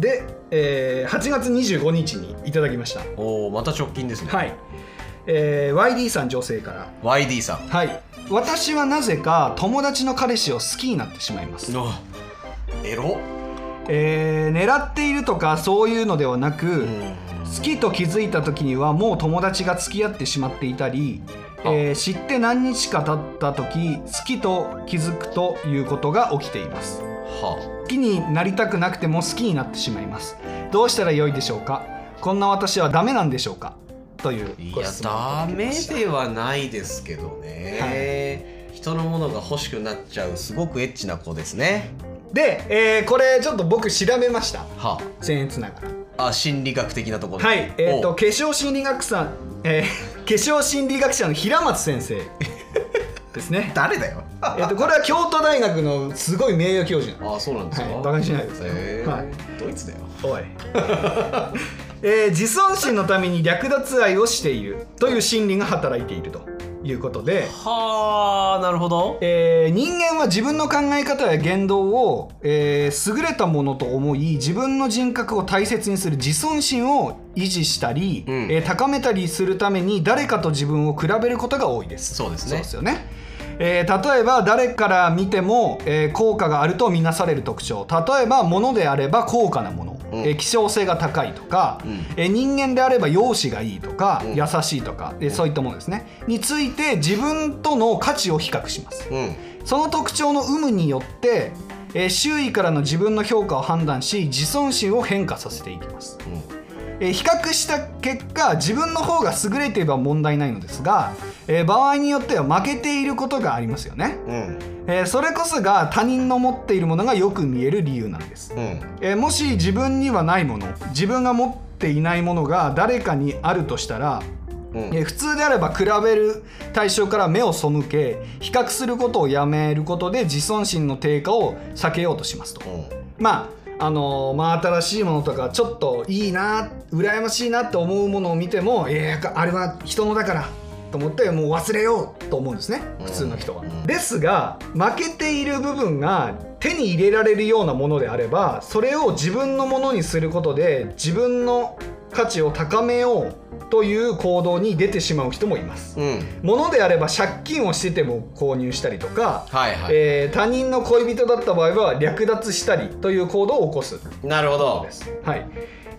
[SPEAKER 2] で、えー8月25日にいただきました
[SPEAKER 3] おおまた直近ですね、
[SPEAKER 2] はい、えー YD さん女性から
[SPEAKER 3] YD さん
[SPEAKER 2] はい私はなぜか友達の彼氏を好きになってしまいます
[SPEAKER 3] あエロ
[SPEAKER 2] えー狙っているとかそういうのではなく、
[SPEAKER 3] うん
[SPEAKER 2] 好きと気づいた時にはもう友達が付き合ってしまっていたり、
[SPEAKER 3] あ
[SPEAKER 2] えー知って何日か経った時好きと気づくということが起きています
[SPEAKER 3] は
[SPEAKER 2] 好きになりたくなくても好きになってしまいますどうしたらよいでしょうかこんな私はダメなんでしょうかという
[SPEAKER 3] あい
[SPEAKER 2] ご
[SPEAKER 3] や
[SPEAKER 2] 質問をい
[SPEAKER 3] ダ
[SPEAKER 2] ただき
[SPEAKER 3] メ
[SPEAKER 2] ました
[SPEAKER 3] ではないですけどね、人のものが欲しくなっちゃうすごくエッチな子ですね
[SPEAKER 2] で、えーこれちょっと僕調べました
[SPEAKER 3] は
[SPEAKER 2] 僭越ながら
[SPEAKER 3] ああ心理学的なところ
[SPEAKER 2] はいえっ、と
[SPEAKER 3] お
[SPEAKER 2] 化粧心理学さん、えー [laughs] 化粧心理学者の平松先
[SPEAKER 3] [laughs]
[SPEAKER 2] 生ですね
[SPEAKER 3] 誰だよあ
[SPEAKER 2] えっと、これは京都大学のすごい名誉教授なの
[SPEAKER 3] あそうなんですか、
[SPEAKER 2] はい馬鹿にしないでください
[SPEAKER 3] へー
[SPEAKER 2] はい
[SPEAKER 3] ドイツだよ
[SPEAKER 2] おい、 [laughs] えー自尊心のために略奪愛をしているという心理が働いているということで、
[SPEAKER 3] はあなるほど
[SPEAKER 2] えー人間は自分の考え方や言動を、えー優れたものと思い自分の人格を大切にする自尊心を維持したり、
[SPEAKER 3] うん
[SPEAKER 2] えー高めたりするために誰かと自分を比べることが多いです。
[SPEAKER 3] そうですね
[SPEAKER 2] そうですよね、えー例えば誰から見ても、えー効果があるとみなされる特徴例えば物であれば高価なもの、
[SPEAKER 3] うん
[SPEAKER 2] えー希少性が高いとか、
[SPEAKER 3] うん
[SPEAKER 2] えー人間であれば容姿がいいとか、
[SPEAKER 3] うん
[SPEAKER 2] 優しいとか、えーそういったものですねについて自分との価値を比較します
[SPEAKER 3] うん
[SPEAKER 2] その特徴の有無によって、えー周囲からの自分の評価を判断し自尊心を変化させていきますえー比較した結果自分の方が優れていれば問題ないのですが、えー場合によっては負けていることがありますよね、
[SPEAKER 3] うんうん
[SPEAKER 2] えーそれこそが他人の持っているものがよく見える理由なんです、
[SPEAKER 3] うん
[SPEAKER 2] えーもし自分にはないもの自分が持っていないものが誰かにあるとしたら
[SPEAKER 3] うん
[SPEAKER 2] えー普通であれば比べる対象から目を背け比較することをやめることで自尊心の低下を避けようとしますとまああのーまあ、新しいものとかちょっといいな羨ましいなって思うものを見てもいやあれは人のだからと思ってもう忘れようと思うんですね
[SPEAKER 3] うん
[SPEAKER 2] 普通の人は。
[SPEAKER 3] うん
[SPEAKER 2] ですが負けている部分が手に入れられるようなものであればそれを自分のものにすることで自分の価値を高めようという行動に出てしまう人もいます。
[SPEAKER 3] うん
[SPEAKER 2] ものであれば借金をしてても購入したりとか、
[SPEAKER 3] はいはい、
[SPEAKER 2] えー他人の恋人だった場合は略奪したりという行動を起こす
[SPEAKER 3] なるほど
[SPEAKER 2] です、はい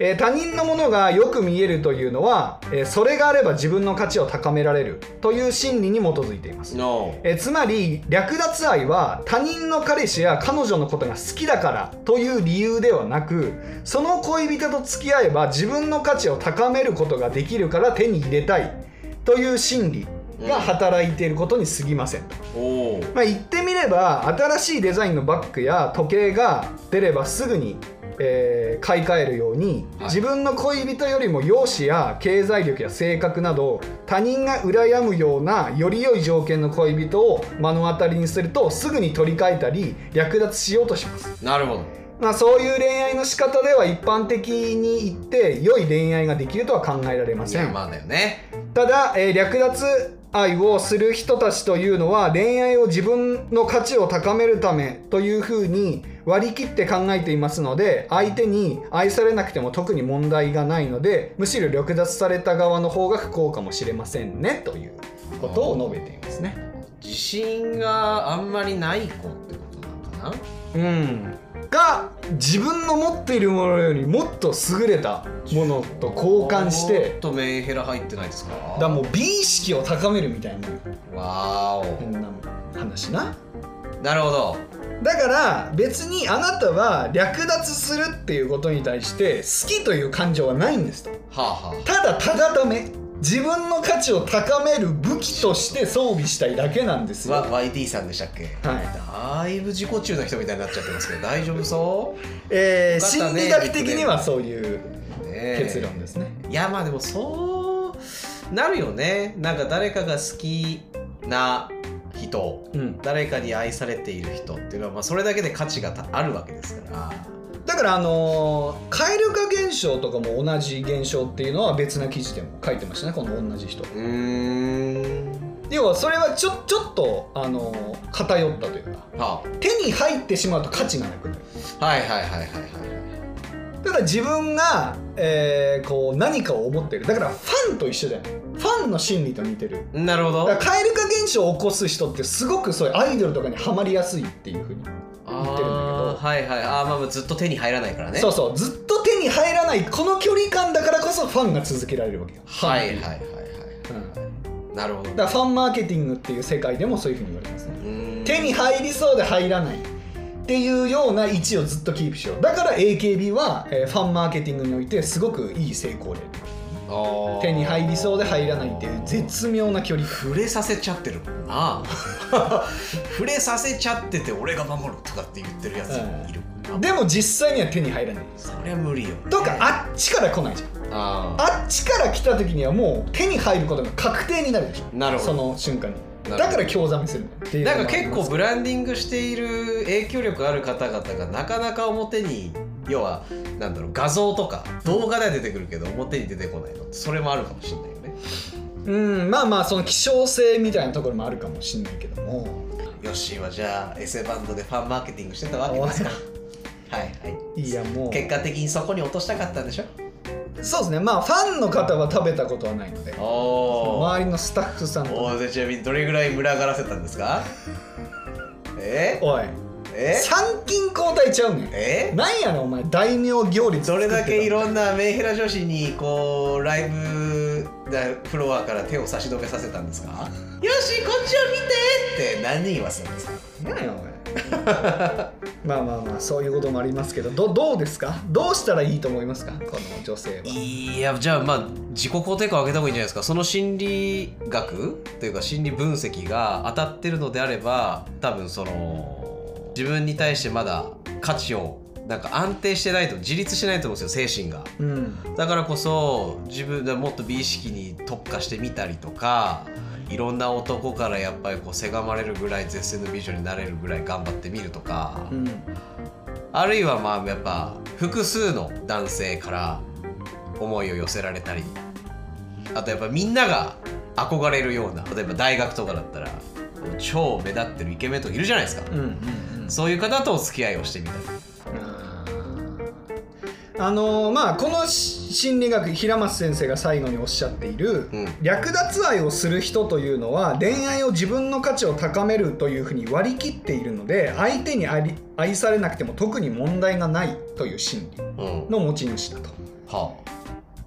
[SPEAKER 2] えー他人のものがよく見えるというのは、えーそれがあれば自分の価値を高められるという心理に基づいています、
[SPEAKER 3] No
[SPEAKER 2] えーつまり略奪愛は他人の彼氏や彼女のことが好きだからという理由ではなくその恋人と付き合えば自分の価値を高めることができるから手に入れたいという心理が働いていることに過ぎませんと。
[SPEAKER 3] おー
[SPEAKER 2] まあ、言ってみれば新しいデザインのバッグや時計が出ればすぐにえー買い替えるように、
[SPEAKER 3] はい
[SPEAKER 2] 自分の恋人よりも容姿や経済力や性格など他人が羨むようなより良い条件の恋人を目の当たりにするとすぐに取り替えたり略奪しようとします、
[SPEAKER 3] なるほど
[SPEAKER 2] まあ、そういう恋愛の仕方では一般的に言って良い恋愛ができるとは考えられま
[SPEAKER 3] い
[SPEAKER 2] せ
[SPEAKER 3] や
[SPEAKER 2] ん
[SPEAKER 3] まあだよね
[SPEAKER 2] ただ、えー略奪愛をする人たちというのは恋愛を自分の価値を高めるためというふうに割り切って考えていますので相手に愛されなくても特に問題がないのでむしろ略奪された側の方が不幸かもしれませんねということを述べていますね。
[SPEAKER 3] 自信があんまりない子ってことなのか
[SPEAKER 2] うんが自分の持っているものよりもっと優れたものと交換
[SPEAKER 3] な
[SPEAKER 2] し
[SPEAKER 3] ちょってとメンヘラ入ってないですか
[SPEAKER 2] だからもう美意識を高めるみたいな
[SPEAKER 3] わ
[SPEAKER 2] こ
[SPEAKER 3] ー
[SPEAKER 2] んな話な。
[SPEAKER 3] おなるほど
[SPEAKER 2] だから別にあなたは略奪するっていうことに対して好きという感情はないんですと
[SPEAKER 3] はあは
[SPEAKER 2] ただただため自分の価値を高める武器として装備したいだけなんです
[SPEAKER 3] あ
[SPEAKER 2] よ
[SPEAKER 3] わ YT さんでしたっけ
[SPEAKER 2] はい
[SPEAKER 3] だいぶ自己中な人みたいになっちゃってますけど大丈夫そ
[SPEAKER 2] えー、
[SPEAKER 3] よかった
[SPEAKER 2] 心
[SPEAKER 3] ね
[SPEAKER 2] 理学的にはそういう
[SPEAKER 3] う、ねえ
[SPEAKER 2] 結論ですね
[SPEAKER 3] いやまあでもそうなるよねなんか誰かが好きな人
[SPEAKER 2] うん
[SPEAKER 3] 誰かに愛されている人っていうのは、まあ、それだけで価値がたあるわけですから
[SPEAKER 2] だからあのー蛙化現象とかも同じ現象っていうのは別な記事でも書いてましたねこの同じ人
[SPEAKER 3] うーん
[SPEAKER 2] 要はそれはちょちょっと、あのー偏ったというか
[SPEAKER 3] は
[SPEAKER 2] 手に入ってしまうと価値がなくなる
[SPEAKER 3] あはいはいはいはいはい
[SPEAKER 2] ただ自分が、えーこう何かを思ってるだからファンと一緒だよねファンの心理と似てる
[SPEAKER 3] はいなるほ
[SPEAKER 2] だ
[SPEAKER 3] ど
[SPEAKER 2] から蛙化現象を起こす人ってすごくそういうアイドルとかにはまりやすいっていうふうに、ってるんだけど
[SPEAKER 3] あーはいはいあーまあまあずっと手に入らないからね
[SPEAKER 2] そうそうずっと手に入らないこの距離感だからこそファンが続けられるわけよ
[SPEAKER 3] はいはい
[SPEAKER 2] ファン
[SPEAKER 3] は
[SPEAKER 2] っ
[SPEAKER 3] いはい
[SPEAKER 2] ていううんだか
[SPEAKER 3] はいなるほど
[SPEAKER 2] らファンマーケティングっていう世界でもそういうふうに言われてますね
[SPEAKER 3] うーん
[SPEAKER 2] 手に入りそうで入らないっていうような位置をずっとキープしようだから AKB は、えーファンマーケティングにおいてすごくいい成功例
[SPEAKER 3] あー
[SPEAKER 2] 手に入りそうで入らないっていう絶妙な距離感
[SPEAKER 3] 触れさせちゃってるもんな [laughs] 触れさせちゃってて俺が守るとかって言ってるやつもいるもんな、
[SPEAKER 2] でも実際には手に入らない
[SPEAKER 3] そりゃ無理よ
[SPEAKER 2] とかあっちから来ないじゃん
[SPEAKER 3] あ
[SPEAKER 2] あっちから来た時にはもう手に入ることが確定になるでしょ
[SPEAKER 3] なるほど
[SPEAKER 2] その瞬間に
[SPEAKER 3] なるほど
[SPEAKER 2] だから興ざめするっていうの
[SPEAKER 3] な
[SPEAKER 2] も
[SPEAKER 3] んか
[SPEAKER 2] あり
[SPEAKER 3] 結
[SPEAKER 2] ます
[SPEAKER 3] 構ブランディングしている影響力ある方々がなかなか表に要はなんだろう画像とか動画では出てくるけど表に出てこないのってそれもあるかもしれないよね
[SPEAKER 2] うんまあまあその希少性みたいなところもあるかもしれないけども
[SPEAKER 3] ヨッシーはじゃあエセバンドでファンマーケティングしてたわけですかはいはい
[SPEAKER 2] いやもう
[SPEAKER 3] 結果的にそこに落としたかったんでしょ
[SPEAKER 2] そうですねまあファンの方は食べたことはないので
[SPEAKER 3] おー
[SPEAKER 2] 周りのスタッフさんと
[SPEAKER 3] おーでちなみにどれぐらい群がらせたんですかえ
[SPEAKER 2] おい
[SPEAKER 3] え
[SPEAKER 2] 参勤交代ちゃうねん
[SPEAKER 3] え
[SPEAKER 2] なんやねんお前大名行列
[SPEAKER 3] どれだけい
[SPEAKER 2] 色
[SPEAKER 3] ろんなメンヘラ女子にこうライブフロアから手を差し伸べさせたんですかよしこっちを見てって何人言わせたんですか
[SPEAKER 2] なんやおいまあまあまあそういうこともありますけどどどうですかどうしたらいいと思いますかこの女性はい
[SPEAKER 3] やじゃあまあ自己肯定感を上げた方がいいんじゃないですかその心理学というか心理分析が当たってるのであれば多分その自分に対してまだ価値をなんか安定してないと自立してないと思うんですよ精神が。
[SPEAKER 2] うん
[SPEAKER 3] だからこそ自分でもっと美意識に特化してみたりとかいろんな男からやっぱりこうせがまれるぐらい絶世の美女になれるぐらい頑張ってみるとか、
[SPEAKER 2] うん
[SPEAKER 3] あるいはまあやっぱ複数の男性から思いを寄せられたりあとやっぱみんなが憧れるような例えば大学とかだったら超目立ってるイケメンとかいるじゃないですか、
[SPEAKER 2] うんうん
[SPEAKER 3] そういう方とお付き合いをしてみたり
[SPEAKER 2] あーあのーまあこのし心理学平松先生が最後におっしゃっている、
[SPEAKER 3] うん
[SPEAKER 2] 略奪愛をする人というのは恋愛を自分の価値を高めるというふうに割り切っているので相手にあり愛されなくても特に問題がないという心理
[SPEAKER 3] うん
[SPEAKER 2] の持ち主だと。
[SPEAKER 3] は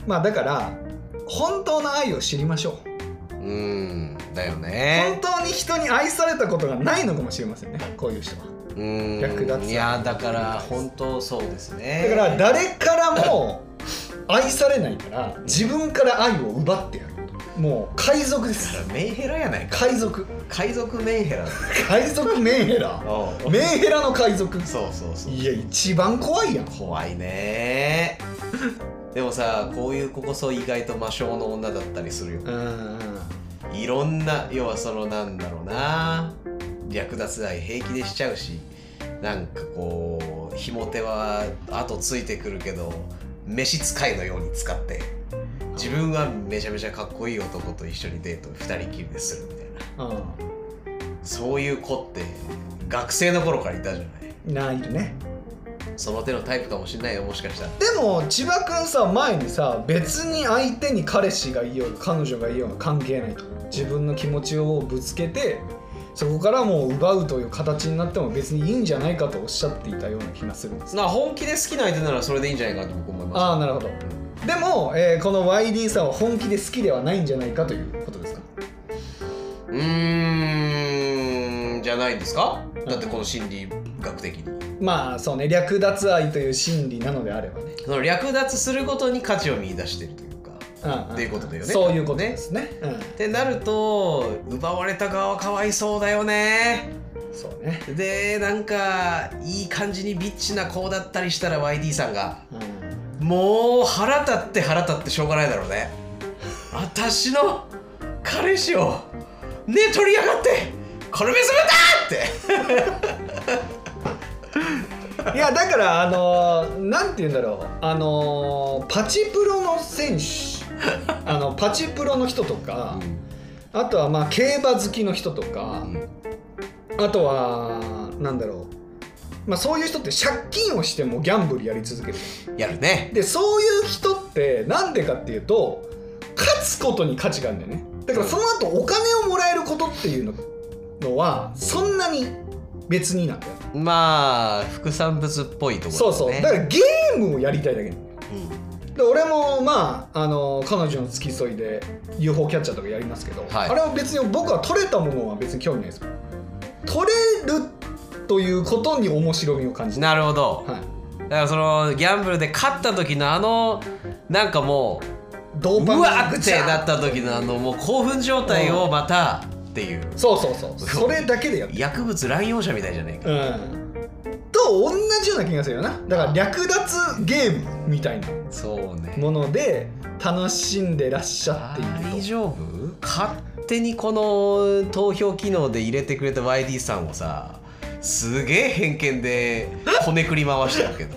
[SPEAKER 2] まあだから本当の愛を知りましょう
[SPEAKER 3] あうんだよ
[SPEAKER 2] 本
[SPEAKER 3] ね
[SPEAKER 2] 当に人に愛されたことがないのかもしれませんねこういう人は
[SPEAKER 3] うん
[SPEAKER 2] 略奪
[SPEAKER 3] いやだから本当そうですね
[SPEAKER 2] だから誰からも愛されないから自分から愛を奪ってやるもう海賊です
[SPEAKER 3] メンヘラやないか
[SPEAKER 2] 海賊
[SPEAKER 3] 海賊メン
[SPEAKER 2] [laughs]
[SPEAKER 3] ヘラだ
[SPEAKER 2] 海賊メンヘラ
[SPEAKER 3] お
[SPEAKER 2] メンヘラの海賊
[SPEAKER 3] [laughs] そうそうそう
[SPEAKER 2] いや一番怖いやん
[SPEAKER 3] 怖いねでもさこういう子こそ意外と魔性の女だったりするよ
[SPEAKER 2] うん
[SPEAKER 3] いろんな要はそのなんだろうな略奪愛平気でしちゃうしなんかこうひも手は後ついてくるけど飯使いのように使って自分はめちゃめちゃかっこいい男と一緒にデート2人きりでするみたいな
[SPEAKER 2] う
[SPEAKER 3] そういう子って学生の頃からいたじゃない
[SPEAKER 2] んないるね
[SPEAKER 3] その手のタイプかもしれないよもしかしたら
[SPEAKER 2] でも千葉君さ前にさ別に相手に彼氏がいようが彼女がいようが関係ないと自分の気持ちをぶつけてそこからもう奪うという形になっても別にいいんじゃないかとおっしゃっていたような気がするんです
[SPEAKER 3] な本気で好きな相手ならそれでいいんじゃないかと僕思います
[SPEAKER 2] ああなるほどでも、えーこの YD さんは本気で好きではないんじゃないかということですか
[SPEAKER 3] うーんじゃないですかだってこの心理学的に
[SPEAKER 2] まあそうね略奪愛という心理なのであればね
[SPEAKER 3] その略奪することに価値を見出してるというか
[SPEAKER 2] うんうん
[SPEAKER 3] っていうことだよね
[SPEAKER 2] そういうことですねうん
[SPEAKER 3] ってなると奪われた側はかわいそうだよね
[SPEAKER 2] そうね
[SPEAKER 3] でなんかいい感じにビッチな子だったりしたら YD さんが
[SPEAKER 2] うん
[SPEAKER 3] もう腹立って腹立ってしょうがないだろうね私の彼氏をね取りやがってこれ結ぶんだっ
[SPEAKER 2] [laughs]
[SPEAKER 3] て
[SPEAKER 2] いやだからあのーなんて言うんだろうあのーパチプロの選手あのパチプロの人とか、あとはまあ競馬好きの人とか、あとはなんだろうまあそういう人って借金をしてもギャンブルやり続ける
[SPEAKER 3] やるね
[SPEAKER 2] でそういう人ってなんでかっていうと勝つことに価値があるんだよねだからその後お金をもらえることっていうののはそんなに別になんだよ
[SPEAKER 3] まあ副産物っぽいところ、ね、
[SPEAKER 2] そうそうだからゲームをやりたいだけなの
[SPEAKER 3] うん
[SPEAKER 2] で俺もまああの彼女の付き添いで UFO キャッチャーとかやりますけど、
[SPEAKER 3] はい
[SPEAKER 2] あれは別に僕は取れたものは別に興味ないですよ取れるということに面白みを感じた、
[SPEAKER 3] なるほど、
[SPEAKER 2] はい、
[SPEAKER 3] だからそのギャンブルで勝った時のあのなんかも
[SPEAKER 2] ド
[SPEAKER 3] う
[SPEAKER 2] ー
[SPEAKER 3] う
[SPEAKER 2] パミン
[SPEAKER 3] わーって
[SPEAKER 2] が
[SPEAKER 3] なった時のあのもう興奮状態をまたっていう
[SPEAKER 2] そうそうそうそれだけでやって
[SPEAKER 3] 薬物乱用者みたいじゃないか
[SPEAKER 2] うんと同じような気がするよなだから略奪ゲームみたいな
[SPEAKER 3] そうね
[SPEAKER 2] もので楽しんでらっしゃってい
[SPEAKER 3] 大
[SPEAKER 2] ると
[SPEAKER 3] 丈夫勝手にこの投票機能で入れてくれた YD さんをさすげえ偏見でこねくり回してるけど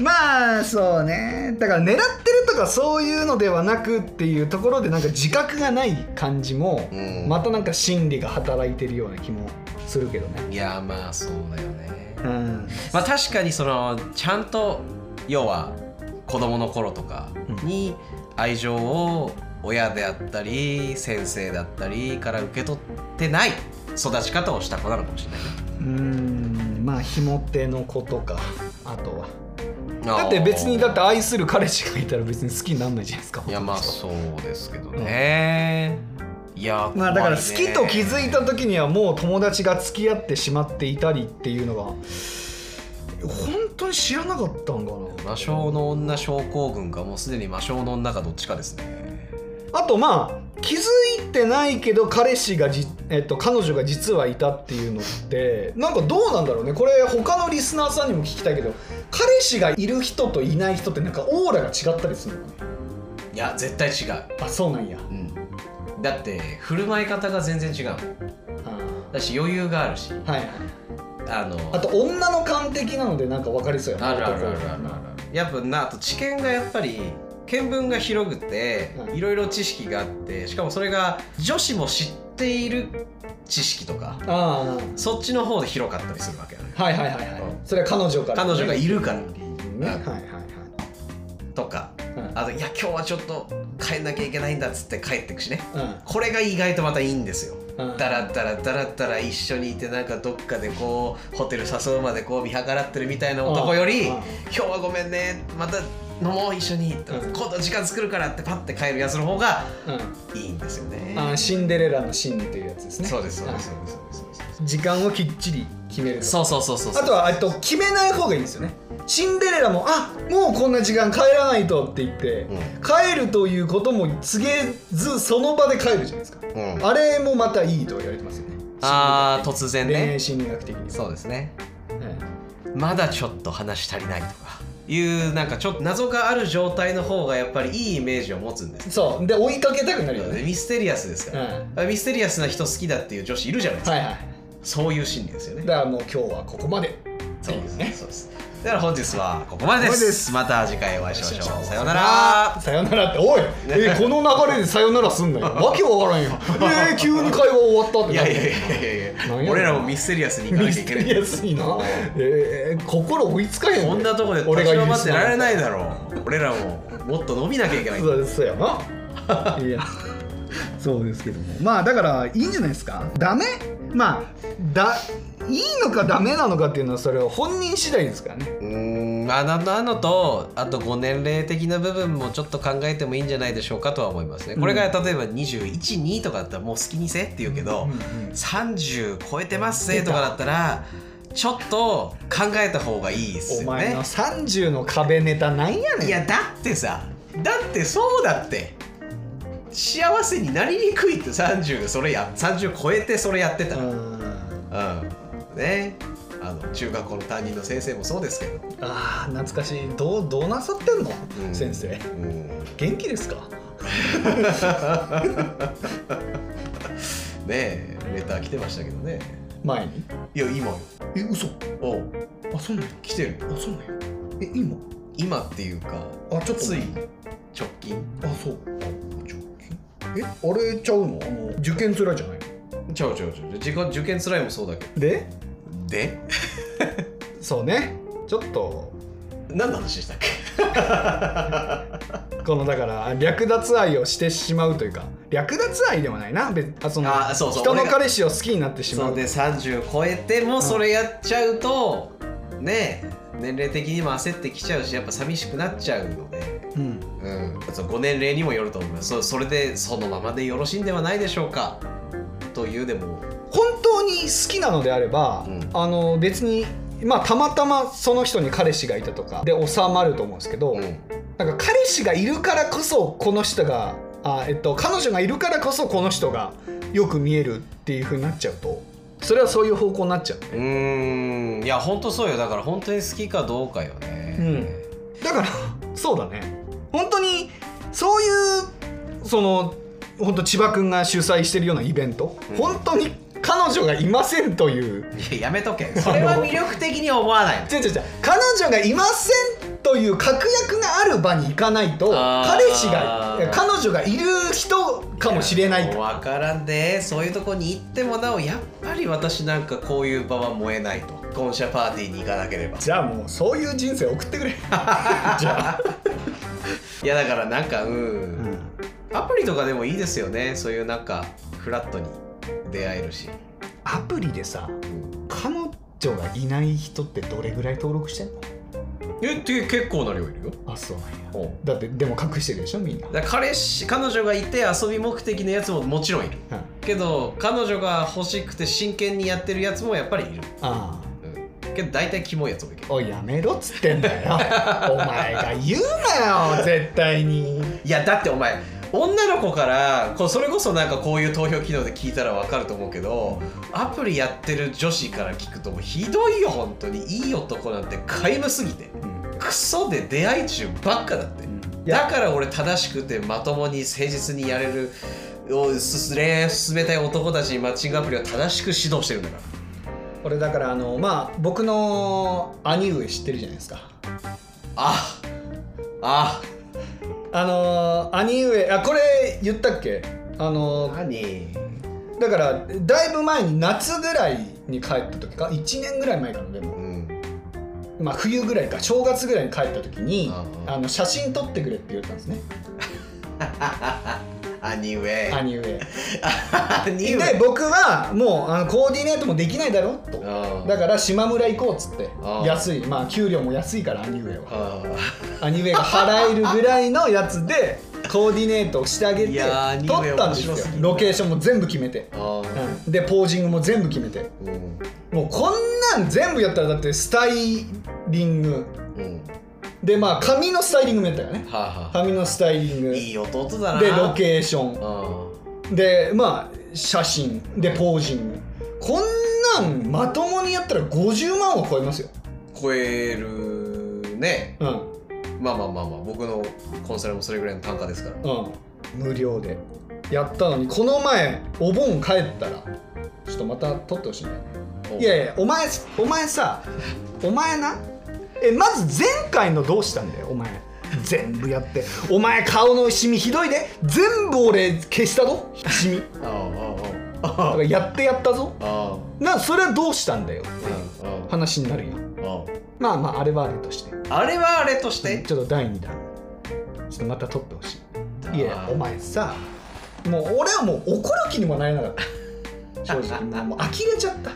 [SPEAKER 2] まあそうねだから狙ってるとかそういうのではなくっていうところでなんか自覚がない感じも、
[SPEAKER 3] うん
[SPEAKER 2] またなんか心理が働いてるような気もするけどね
[SPEAKER 3] いやまあそうだよね
[SPEAKER 2] うん
[SPEAKER 3] まあ確かにそのちゃんと要は子供の頃とかに愛情を親であったり先生だったりから受け取ってない育ち方をした子なのかもしれないね
[SPEAKER 2] うんまあひも手の子とかあとはだって別にだって愛する彼氏がいたら別に好きになんないじゃないですか
[SPEAKER 3] いやまあそうですけどね、いや
[SPEAKER 2] まあだから好
[SPEAKER 3] 怖い
[SPEAKER 2] き
[SPEAKER 3] ね
[SPEAKER 2] と気づいた時にはもう友達が付き合ってしまっていたりっていうのが本当に知らなかったんかな
[SPEAKER 3] 魔性の女症候群かもうすでに魔性の女かどっちかですね
[SPEAKER 2] あとまあ気づいてないけど彼氏がじ、えっと、彼女が実はいたっていうのってなんかどうなんだろうねこれ他のリスナーさんにも聞きたいけど彼氏がいる人といない人ってなんかオーラが違ったりするのかね
[SPEAKER 3] いや絶対違う、
[SPEAKER 2] あそうなんや
[SPEAKER 3] うん、だって振る舞い方が全然違う
[SPEAKER 2] あ
[SPEAKER 3] だし余裕があるし
[SPEAKER 2] ーはいはい
[SPEAKER 3] あの
[SPEAKER 2] あと女の勘的なのでなんか分かりそうやな
[SPEAKER 3] あるあるあるある
[SPEAKER 2] 男
[SPEAKER 3] あるやっぱなあと知見がやっぱり見聞が広くて
[SPEAKER 2] はい
[SPEAKER 3] いろいろ知識があってしかもそれが女子も知っている知識とか
[SPEAKER 2] あ
[SPEAKER 3] そっちの方で広かったりするわけだね
[SPEAKER 2] あはいはいはいはい、
[SPEAKER 3] うん
[SPEAKER 2] それは彼女から
[SPEAKER 3] 彼
[SPEAKER 2] ね、
[SPEAKER 3] 女がいるから
[SPEAKER 2] ねはい
[SPEAKER 3] うん
[SPEAKER 2] はい
[SPEAKER 3] とか
[SPEAKER 2] はい
[SPEAKER 3] あといや今日はちょっと帰んなきゃいけないんだっつって帰ってくしね
[SPEAKER 2] うん
[SPEAKER 3] これが意外とまたいいんですよ
[SPEAKER 2] うん
[SPEAKER 3] だらだらだらだら一緒にいてなんかどっかでこうホテル誘うまでこう見計らってるみたいな男より
[SPEAKER 2] うんうん
[SPEAKER 3] 「今日はごめんねまた飲もう一緒に」とか
[SPEAKER 2] うん
[SPEAKER 3] 今度時間作るから」ってパッて帰るやつの方がいいんですよ
[SPEAKER 2] う
[SPEAKER 3] ね
[SPEAKER 2] ん、あーシンデレラのシンというやつですね
[SPEAKER 3] そうですそう
[SPEAKER 2] は
[SPEAKER 3] で
[SPEAKER 2] い
[SPEAKER 3] すそうですそうですそうです
[SPEAKER 2] 時間をきっちり決める
[SPEAKER 3] そうそうそうそうそう
[SPEAKER 2] あとはあと決めない方がいいんですよねシンデレラも「あもうこんな時間帰らないと」って言って、
[SPEAKER 3] うん
[SPEAKER 2] 帰るということも告げずその場で帰るじゃないですか、
[SPEAKER 3] うん
[SPEAKER 2] あれもまたいいと言われてますよね
[SPEAKER 3] あー突然
[SPEAKER 2] 恋
[SPEAKER 3] ね
[SPEAKER 2] 愛心理学的に
[SPEAKER 3] そうですね
[SPEAKER 2] ええ
[SPEAKER 3] まだちょっと話足りないとかいうなんかちょっと謎がある状態の方がやっぱりいいイメージを持つんです
[SPEAKER 2] そうで追いかけたくなるよね、
[SPEAKER 3] ミステリアスです
[SPEAKER 2] うん、
[SPEAKER 3] か
[SPEAKER 2] は
[SPEAKER 3] ら、ミステリアスな人好きだっていう女子いるじゃないで
[SPEAKER 2] い
[SPEAKER 3] すか、
[SPEAKER 2] は
[SPEAKER 3] そういう心理ですよ
[SPEAKER 2] い
[SPEAKER 3] ね
[SPEAKER 2] だからもう今日はここまで
[SPEAKER 3] そうですねそうですだから本日はここまでで
[SPEAKER 2] こ
[SPEAKER 3] す
[SPEAKER 2] こまでです
[SPEAKER 3] また次回お会いしましょうさようなら
[SPEAKER 2] さよならっておい、えーこの流れでさよならすんなよわけわからん
[SPEAKER 3] [laughs]
[SPEAKER 2] よえー、急に会話終わったって
[SPEAKER 3] い
[SPEAKER 2] な
[SPEAKER 3] や
[SPEAKER 2] る
[SPEAKER 3] いやいやいやい
[SPEAKER 2] 何
[SPEAKER 3] や
[SPEAKER 2] や
[SPEAKER 3] 俺らもミステリアスに行かな
[SPEAKER 2] ミ
[SPEAKER 3] きゃ
[SPEAKER 2] ス
[SPEAKER 3] い
[SPEAKER 2] テ
[SPEAKER 3] けない
[SPEAKER 2] リアスいな、えー、心追いつかへん
[SPEAKER 3] こんなとこで立
[SPEAKER 2] 俺
[SPEAKER 3] ち
[SPEAKER 2] が
[SPEAKER 3] 止まってられ
[SPEAKER 2] い
[SPEAKER 3] ないだろう俺らももっと伸びなきゃいけない
[SPEAKER 2] そうですよないやそうですけどもまあだからいいんじゃないですかダメまあだいいのかダメなのかっていうのはそれは本人次第ですからね
[SPEAKER 3] うーんまあななのとあとご年齢的な部分もちょっと考えてもいいんじゃないでしょうかとは思いますねこれが例えば212とかだったらもう好きにせって言うけど、30超えてますぜとかだったらちょっと考えた方がいいです
[SPEAKER 2] お
[SPEAKER 3] よ
[SPEAKER 2] 前
[SPEAKER 3] ね
[SPEAKER 2] の30の壁ネタなんやねん
[SPEAKER 3] いやだってさだってそうだって幸せになりにくいって30それや30超えてそれやってた
[SPEAKER 2] う
[SPEAKER 3] ら、うん
[SPEAKER 2] ん
[SPEAKER 3] ねあの中学校の担任の先生もそうですけど、
[SPEAKER 2] あー懐かしいどうどうなさってんの、
[SPEAKER 3] うん
[SPEAKER 2] 先生
[SPEAKER 3] うん
[SPEAKER 2] 元気ですか
[SPEAKER 3] ねえレター来てましたけどね
[SPEAKER 2] 前に
[SPEAKER 3] いや今よ
[SPEAKER 2] え嘘
[SPEAKER 3] おう
[SPEAKER 2] あそうなんや
[SPEAKER 3] 来てる
[SPEAKER 2] あそうなんやえ今
[SPEAKER 3] 今っていうか
[SPEAKER 2] あちょっと
[SPEAKER 3] つい直近
[SPEAKER 2] あそうえあれちゃうのあの受験つらいじゃない
[SPEAKER 3] ちゃうちゃうちゃう自己受験つらいもそうだけど
[SPEAKER 2] で
[SPEAKER 3] で
[SPEAKER 2] そうねちょっと
[SPEAKER 3] 何の話でしたっけ
[SPEAKER 2] このだから略奪愛をしてしまうというか略奪愛ではないな別あその
[SPEAKER 3] あそうそう
[SPEAKER 2] 人の
[SPEAKER 3] 俺が
[SPEAKER 2] 彼氏を好きになってしま
[SPEAKER 3] そう
[SPEAKER 2] う
[SPEAKER 3] で30超えてもそれやっちゃうと、ねえ年齢的にも焦ってきちゃうしやっぱ寂しくなっちゃうので。
[SPEAKER 2] うん
[SPEAKER 3] うん、そうご年齢にもよると思いますそそれでそのままでよろしいんではないでしょうかというでも
[SPEAKER 2] 本当に好きなのであれば、
[SPEAKER 3] うん
[SPEAKER 2] あの別にまあたまたまその人に彼氏がいたとかで収まると思うんですけど、
[SPEAKER 3] うん
[SPEAKER 2] なんか彼氏がいるからこそこの人があ、えっと、彼女がいるからこそこの人がよく見えるっていう風になっちゃうとそれはそういう方向になっちゃう
[SPEAKER 3] うーんいや本当そうよだから本当に好きかどうかよね
[SPEAKER 2] うん、だからそうだね本当にそういうその本当千葉君が主催してるようなイベント、
[SPEAKER 3] うん
[SPEAKER 2] 本当に彼女がいませんという
[SPEAKER 3] いややめとけそれは魅力的には思わない
[SPEAKER 2] 違う違う違う彼女がいませんという確約がある場に行かないと
[SPEAKER 3] あー
[SPEAKER 2] 彼氏がいや彼女がいる人かもしれないから
[SPEAKER 3] 分からんでそういうとこに行ってもなおやっぱり私なんかこういう場は燃えないと婚社パーティーに行かなければ
[SPEAKER 2] じゃあもうそういう人生送ってくれじゃあ、
[SPEAKER 3] いやだからなんかうん、
[SPEAKER 2] うん
[SPEAKER 3] アプリとかでもいいですよねそういうなんかフラットに出会えるし、
[SPEAKER 2] [laughs] アプリでさ彼女がいない人ってどれぐらい登録してんの
[SPEAKER 3] えって結構な量いるよ
[SPEAKER 2] あそうなんやだってでも隠してるでしょみんな、
[SPEAKER 3] だから彼氏彼女がいて遊び目的のやつももちろんいる
[SPEAKER 2] あ
[SPEAKER 3] けど彼女が欲しくて真剣にやってるやつもやっぱりいる、
[SPEAKER 2] あ
[SPEAKER 3] うん、けど大体キモいやつもいる
[SPEAKER 2] おいやめろっつってんだよお前が言うなよ絶対に
[SPEAKER 3] いやだってお前女の子からこうそれこそなんかこういう投票機能で聞いたらわかると思うけどアプリやってる女子から聞くともうひどいよ本当にいい男なんて皆無すぎてクソで出会い中ばっかだって
[SPEAKER 2] いや
[SPEAKER 3] だから俺正しくてまともに誠実にやれるをす恋愛を進めたい男たちにマッチングアプリを正しく指導してるんだから
[SPEAKER 2] 俺だからあのまあ僕の兄上知ってるじゃないですか
[SPEAKER 3] ああ
[SPEAKER 2] あの兄上あこれ言ったっけあの
[SPEAKER 3] 何
[SPEAKER 2] だからだいぶ前に夏ぐらいに帰った時か1年ぐらい前かなで
[SPEAKER 3] う
[SPEAKER 2] も、
[SPEAKER 3] ん
[SPEAKER 2] まあ、冬ぐらいか正月ぐらいに帰った時に
[SPEAKER 3] ああ
[SPEAKER 2] あの写真撮ってくれって言ったんですね
[SPEAKER 3] 兄上
[SPEAKER 2] 兄上
[SPEAKER 3] 兄
[SPEAKER 2] で
[SPEAKER 3] 上
[SPEAKER 2] 僕はもうあのコーディネートもできないだろと
[SPEAKER 3] あ
[SPEAKER 2] だから島村行こうっつって
[SPEAKER 3] ああ
[SPEAKER 2] 安いまあ給料も安いから兄上は
[SPEAKER 3] ああ
[SPEAKER 2] 兄上が払えるぐらいのやつ
[SPEAKER 3] [laughs]
[SPEAKER 2] でコーディネートをしてあげ
[SPEAKER 3] い
[SPEAKER 2] て
[SPEAKER 3] やー兄
[SPEAKER 2] 撮
[SPEAKER 3] 上
[SPEAKER 2] ったんですよ
[SPEAKER 3] 面白すぎる
[SPEAKER 2] ロケーションも全部決めて、
[SPEAKER 3] ああ
[SPEAKER 2] うんでポージングも全部決めて
[SPEAKER 3] うん
[SPEAKER 2] もうこんなん全部やったらだってスタイリング
[SPEAKER 3] うん
[SPEAKER 2] でまあ髪のスタイリングもやったよね
[SPEAKER 3] はあ、はあ、
[SPEAKER 2] 髪のスタイリング
[SPEAKER 3] いい弟だな
[SPEAKER 2] でロケーション
[SPEAKER 3] うん
[SPEAKER 2] でまあ写真でポージングこんなんまともにやったら50万は超えますよ、
[SPEAKER 3] 超えるね
[SPEAKER 2] うん
[SPEAKER 3] まあまあまあまあ僕のコンサルもそれぐらいの単価ですから
[SPEAKER 2] うん、無料でやったのにこの前お盆帰ったらちょっとまた撮ってほしいんだよねいやいやお前お前さお前なえまず前回のどうしたんだよお前全部やってお前顔のシミひどいで全部俺消したぞシミ
[SPEAKER 3] ああああ
[SPEAKER 2] だ
[SPEAKER 3] あ
[SPEAKER 2] からやってやったぞ
[SPEAKER 3] あああ
[SPEAKER 2] なそれはどうしたんだよ
[SPEAKER 3] あ
[SPEAKER 2] 話になるよ
[SPEAKER 3] あ
[SPEAKER 2] まあまああれはあれとして
[SPEAKER 3] ああれはあれとして
[SPEAKER 2] ちょっと第2弾ちょっとまた撮ってほしいいやお前さもう俺はもう怒る気にもなれなかった正直もう呆れちゃった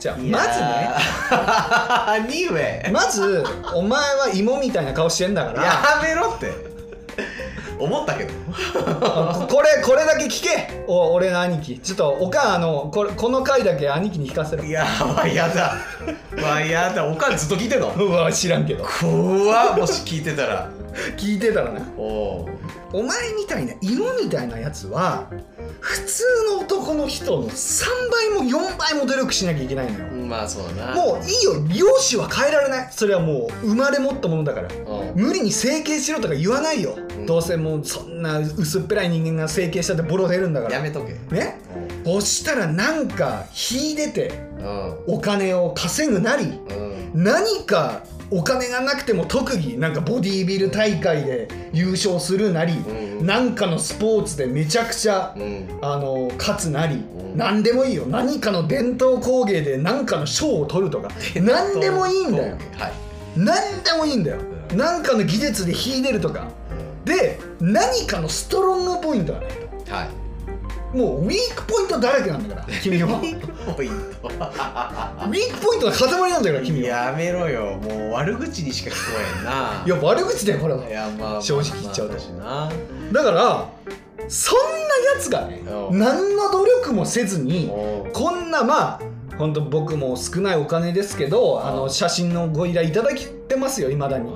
[SPEAKER 2] じゃあ
[SPEAKER 3] いや
[SPEAKER 2] まずね
[SPEAKER 3] ー兄上
[SPEAKER 2] まずお前は芋みたいな顔してんだか
[SPEAKER 3] や
[SPEAKER 2] ら
[SPEAKER 3] めろって思ったけど
[SPEAKER 2] ここれこれだけ聞けお俺の兄貴ちょっとおかんあのこれこの回だけ兄貴に聞かせろ
[SPEAKER 3] いやーやだまあやだおかんずっと聞いてんの
[SPEAKER 2] うわ知らんけど
[SPEAKER 3] 怖っもし聞いてたら
[SPEAKER 2] 聞いてたらな
[SPEAKER 3] おう
[SPEAKER 2] お前みたいな芋みたいなやつは普通の男の人の3倍も4倍も努力しなきゃいけないのよ
[SPEAKER 3] まあそうだな
[SPEAKER 2] もういいよ容姿は変えられないそれはもう生まれ持ったものだから
[SPEAKER 3] うん
[SPEAKER 2] 無理に整形しろとか言わないよ、
[SPEAKER 3] ん
[SPEAKER 2] どうせもうそんな薄っぺらい人間が整形したってボロ出るんだか
[SPEAKER 3] や
[SPEAKER 2] ら
[SPEAKER 3] めとけ
[SPEAKER 2] ねそしたらなんか秀でて
[SPEAKER 3] うん
[SPEAKER 2] お金を稼ぐなり
[SPEAKER 3] うん
[SPEAKER 2] 何かお金がなくても特技なんかボディービル大会で優勝するなり、
[SPEAKER 3] うん
[SPEAKER 2] なんかのスポーツでめちゃくちゃ、
[SPEAKER 3] うん
[SPEAKER 2] あの勝つなり、
[SPEAKER 3] ん
[SPEAKER 2] 何でもいいよ何かの伝統工芸で何かの賞を取るとか何でもいいんだよ
[SPEAKER 3] はい
[SPEAKER 2] 何でもいいんだよ
[SPEAKER 3] うん
[SPEAKER 2] 何かの技術で秀でるとかで何かのストロングポイントがないと
[SPEAKER 3] はい
[SPEAKER 2] もうウィークポイントだらけなんだ
[SPEAKER 3] [laughs]
[SPEAKER 2] から君はウィー
[SPEAKER 3] ポイント
[SPEAKER 2] クポイントの塊なんだから君は
[SPEAKER 3] やめろよもう悪口にしか聞こえんない
[SPEAKER 2] や悪口だよこれはい
[SPEAKER 3] やまあまあ
[SPEAKER 2] 正直言っちゃうと
[SPEAKER 3] まあ確か
[SPEAKER 2] だからそんなやつがね
[SPEAKER 3] うん
[SPEAKER 2] 何の努力もせず
[SPEAKER 3] に
[SPEAKER 2] に
[SPEAKER 3] なおう
[SPEAKER 2] こんなまあ本当僕も少ないお金ですけどあ
[SPEAKER 3] う
[SPEAKER 2] の
[SPEAKER 3] ん
[SPEAKER 2] 写真のご依頼いただいてますよいまだに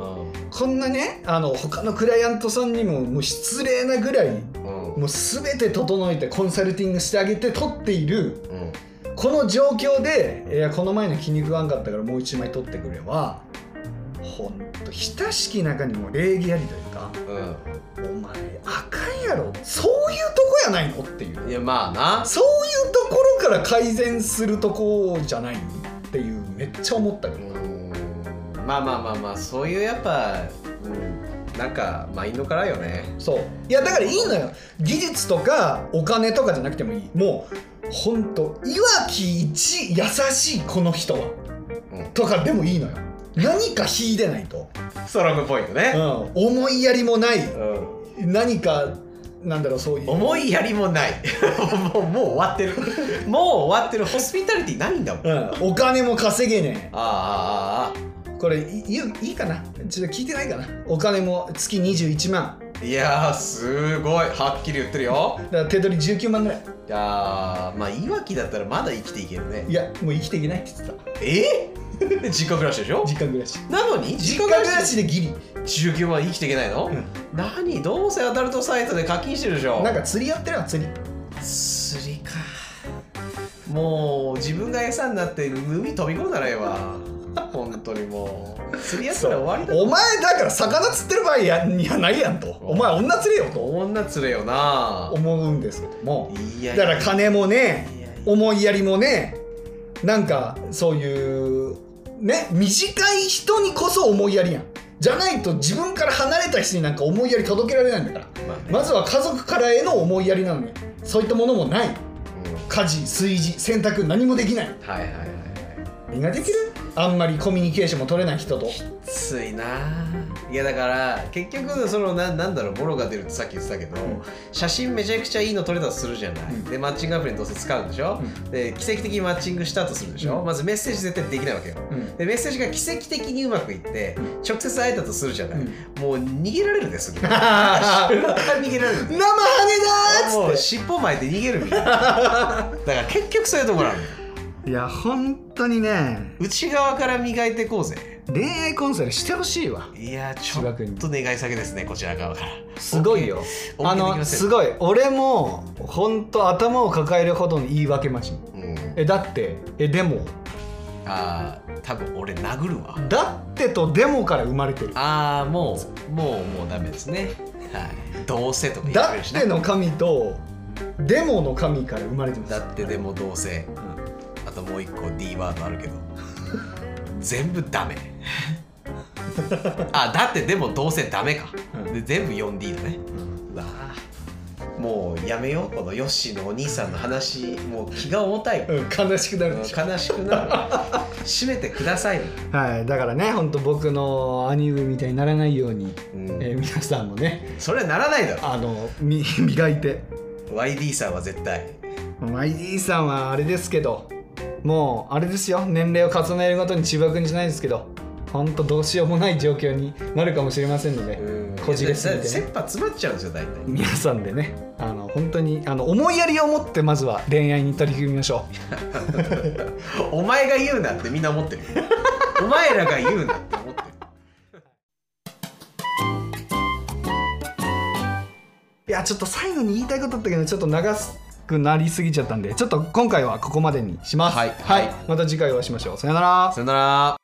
[SPEAKER 2] こんなねあの他のクライアントさんにももう失礼なぐらい
[SPEAKER 3] うんうん
[SPEAKER 2] もう全て整えてコンサルティングしてあげて撮っている
[SPEAKER 3] うん
[SPEAKER 2] この状況で、えーこの前の気に食わんかったからもう一枚撮ってくれはほんと親しき中にも礼儀ありというか
[SPEAKER 3] うん
[SPEAKER 2] お前あかんやろそういうとこやないのっていう
[SPEAKER 3] いやまあな
[SPEAKER 2] そういうところから改善するとこじゃないっていうめっちゃ思ったけ
[SPEAKER 3] う
[SPEAKER 2] ど
[SPEAKER 3] ーんまあまあまあまあそういうやっぱ、うん、なんかマインドからよね
[SPEAKER 2] そういやだからいいのよ技術とかお金とかじゃなくてもいいもうほんといわき一優しいこの人は、
[SPEAKER 3] うん
[SPEAKER 2] とかでもいいのよ何か秀でないと、
[SPEAKER 3] ストロングポイントね、
[SPEAKER 2] 思いやりもない
[SPEAKER 3] うん
[SPEAKER 2] 何かなんだろうそういう
[SPEAKER 3] 思いやりもない [laughs] もうもう終わってるもう終わってるホスピタリティないんだもんあ
[SPEAKER 2] うん、お金も稼げね
[SPEAKER 3] ああああ
[SPEAKER 2] えこれい言ういいかなちょっと聞いてないかなお金も月21万
[SPEAKER 3] あいやーすごいはっきり言ってるよ
[SPEAKER 2] だから手取り19万ぐらい
[SPEAKER 3] いやーまあいわきだったらまだ生きていけるね
[SPEAKER 2] いやもう生きていけないって言ってた
[SPEAKER 3] え [laughs] 実家暮らしでしょ
[SPEAKER 2] 実家暮らし
[SPEAKER 3] なのに
[SPEAKER 2] 実家暮らしでギリ
[SPEAKER 3] 19万生きていけないの、
[SPEAKER 2] うん
[SPEAKER 3] 何どうせアダルトサイトで課金してるでしょ
[SPEAKER 2] なんか釣りやってるわ釣り
[SPEAKER 3] 釣りかもう自分が餌になって海飛び込んだらええわ本当にもう釣りやったら終わりだ
[SPEAKER 2] お前だから魚釣ってる場合やにはないやんとお前女釣れよと
[SPEAKER 3] 女釣れよな
[SPEAKER 2] 思うんですけども
[SPEAKER 3] いや
[SPEAKER 2] だ
[SPEAKER 3] いや
[SPEAKER 2] から金もね
[SPEAKER 3] いやいや
[SPEAKER 2] 思いやりもねなんかそういうね短い人にこそ思いやりやんじゃないと自分から離れた人になんか思いやり届けられないんだから
[SPEAKER 3] まあね
[SPEAKER 2] まずは家族からへの思いやりなのにそういったものもない
[SPEAKER 3] うん
[SPEAKER 2] 家事炊事洗濯何もできない
[SPEAKER 3] はいはいはいはい
[SPEAKER 2] 何ができるあんまりコミュニケーションも取れない人と
[SPEAKER 3] ついないやだから結局そのななんだろうボロが出るってさっき言ってたけど、
[SPEAKER 2] ん
[SPEAKER 3] 写真めちゃくちゃいいの撮れたとするじゃない、
[SPEAKER 2] うん
[SPEAKER 3] でマッチングアプリにどうせ使うんでしょ、
[SPEAKER 2] う
[SPEAKER 3] で奇跡的にマッチングしたとするでしょ、
[SPEAKER 2] うん
[SPEAKER 3] まずメッセージ絶対できないわけよ、
[SPEAKER 2] うん
[SPEAKER 3] でメッセージが奇跡的にうまくいって、
[SPEAKER 2] うん
[SPEAKER 3] 直接会えたとするじゃない、
[SPEAKER 2] うん
[SPEAKER 3] もう逃げられるです
[SPEAKER 2] [laughs]
[SPEAKER 3] [laughs] ぐ逃
[SPEAKER 2] 生
[SPEAKER 3] げられる
[SPEAKER 2] ハゲだーっつっ
[SPEAKER 3] も
[SPEAKER 2] て
[SPEAKER 3] [laughs] う尻尾巻いて逃げるみたいなだから結局そういうところなのよ
[SPEAKER 2] いや本当にね
[SPEAKER 3] 内側から磨いていこうぜ
[SPEAKER 2] 恋愛コンサルしてほしいわ
[SPEAKER 3] いやちょ
[SPEAKER 2] 千葉
[SPEAKER 3] っ
[SPEAKER 2] 君
[SPEAKER 3] と願い下げですねこちら側から
[SPEAKER 2] すごいよ
[SPEAKER 3] お
[SPEAKER 2] あ
[SPEAKER 3] 受けでき
[SPEAKER 2] の
[SPEAKER 3] ません
[SPEAKER 2] すごい俺も本当頭を抱えるほどの言い訳待ち
[SPEAKER 3] うん
[SPEAKER 2] えだってえでも
[SPEAKER 3] ああ多分俺殴るわ
[SPEAKER 2] だってとでもから生まれてる
[SPEAKER 3] ああもうもうもうダメですねはいどうせとか言って
[SPEAKER 2] だ
[SPEAKER 3] くる
[SPEAKER 2] っ
[SPEAKER 3] しな
[SPEAKER 2] ての神とデモの神から生まれてます
[SPEAKER 3] だってでもどうせあともう一個 D ワードあるけど全部ダメあだってでもどうせダメか、
[SPEAKER 2] うん
[SPEAKER 3] で全部 4D だね、うわぁもうやめようこのヨッシーのお兄さんの話もう気が重たい、
[SPEAKER 2] うん、うん悲しくなるでしょ
[SPEAKER 3] 悲しくなる閉めてください、
[SPEAKER 2] はい、だからね、本当僕の兄上みたいにならないように、
[SPEAKER 3] うん
[SPEAKER 2] えー皆さんもね、
[SPEAKER 3] それはならないだろ
[SPEAKER 2] あのみ [laughs] 磨いて、
[SPEAKER 3] YD さんは絶対
[SPEAKER 2] YD さんはあれですけど、もうあれですよ、年齢を重ねるごとに千葉君じゃないですけど、本当どうしようもない状況になるかもしれませんので、こじれすぎ
[SPEAKER 3] だって
[SPEAKER 2] て、
[SPEAKER 3] 切
[SPEAKER 2] ね、
[SPEAKER 3] 羽詰まっちゃうんですよ大体
[SPEAKER 2] 皆さんでね、あの本当にあの思いやりを持ってまずは恋愛に取り組みましょ
[SPEAKER 3] お前が言うなってみんな思ってるお前らが言うなって思ってる
[SPEAKER 2] う。いや、ちょっと最後に言いたいことだったけど、ちょっと長くなりすぎちゃったんで、ちょっと今回はここまでにします。
[SPEAKER 3] はい
[SPEAKER 2] はい、また次回お会いしましょう。さよなら。
[SPEAKER 3] さよなら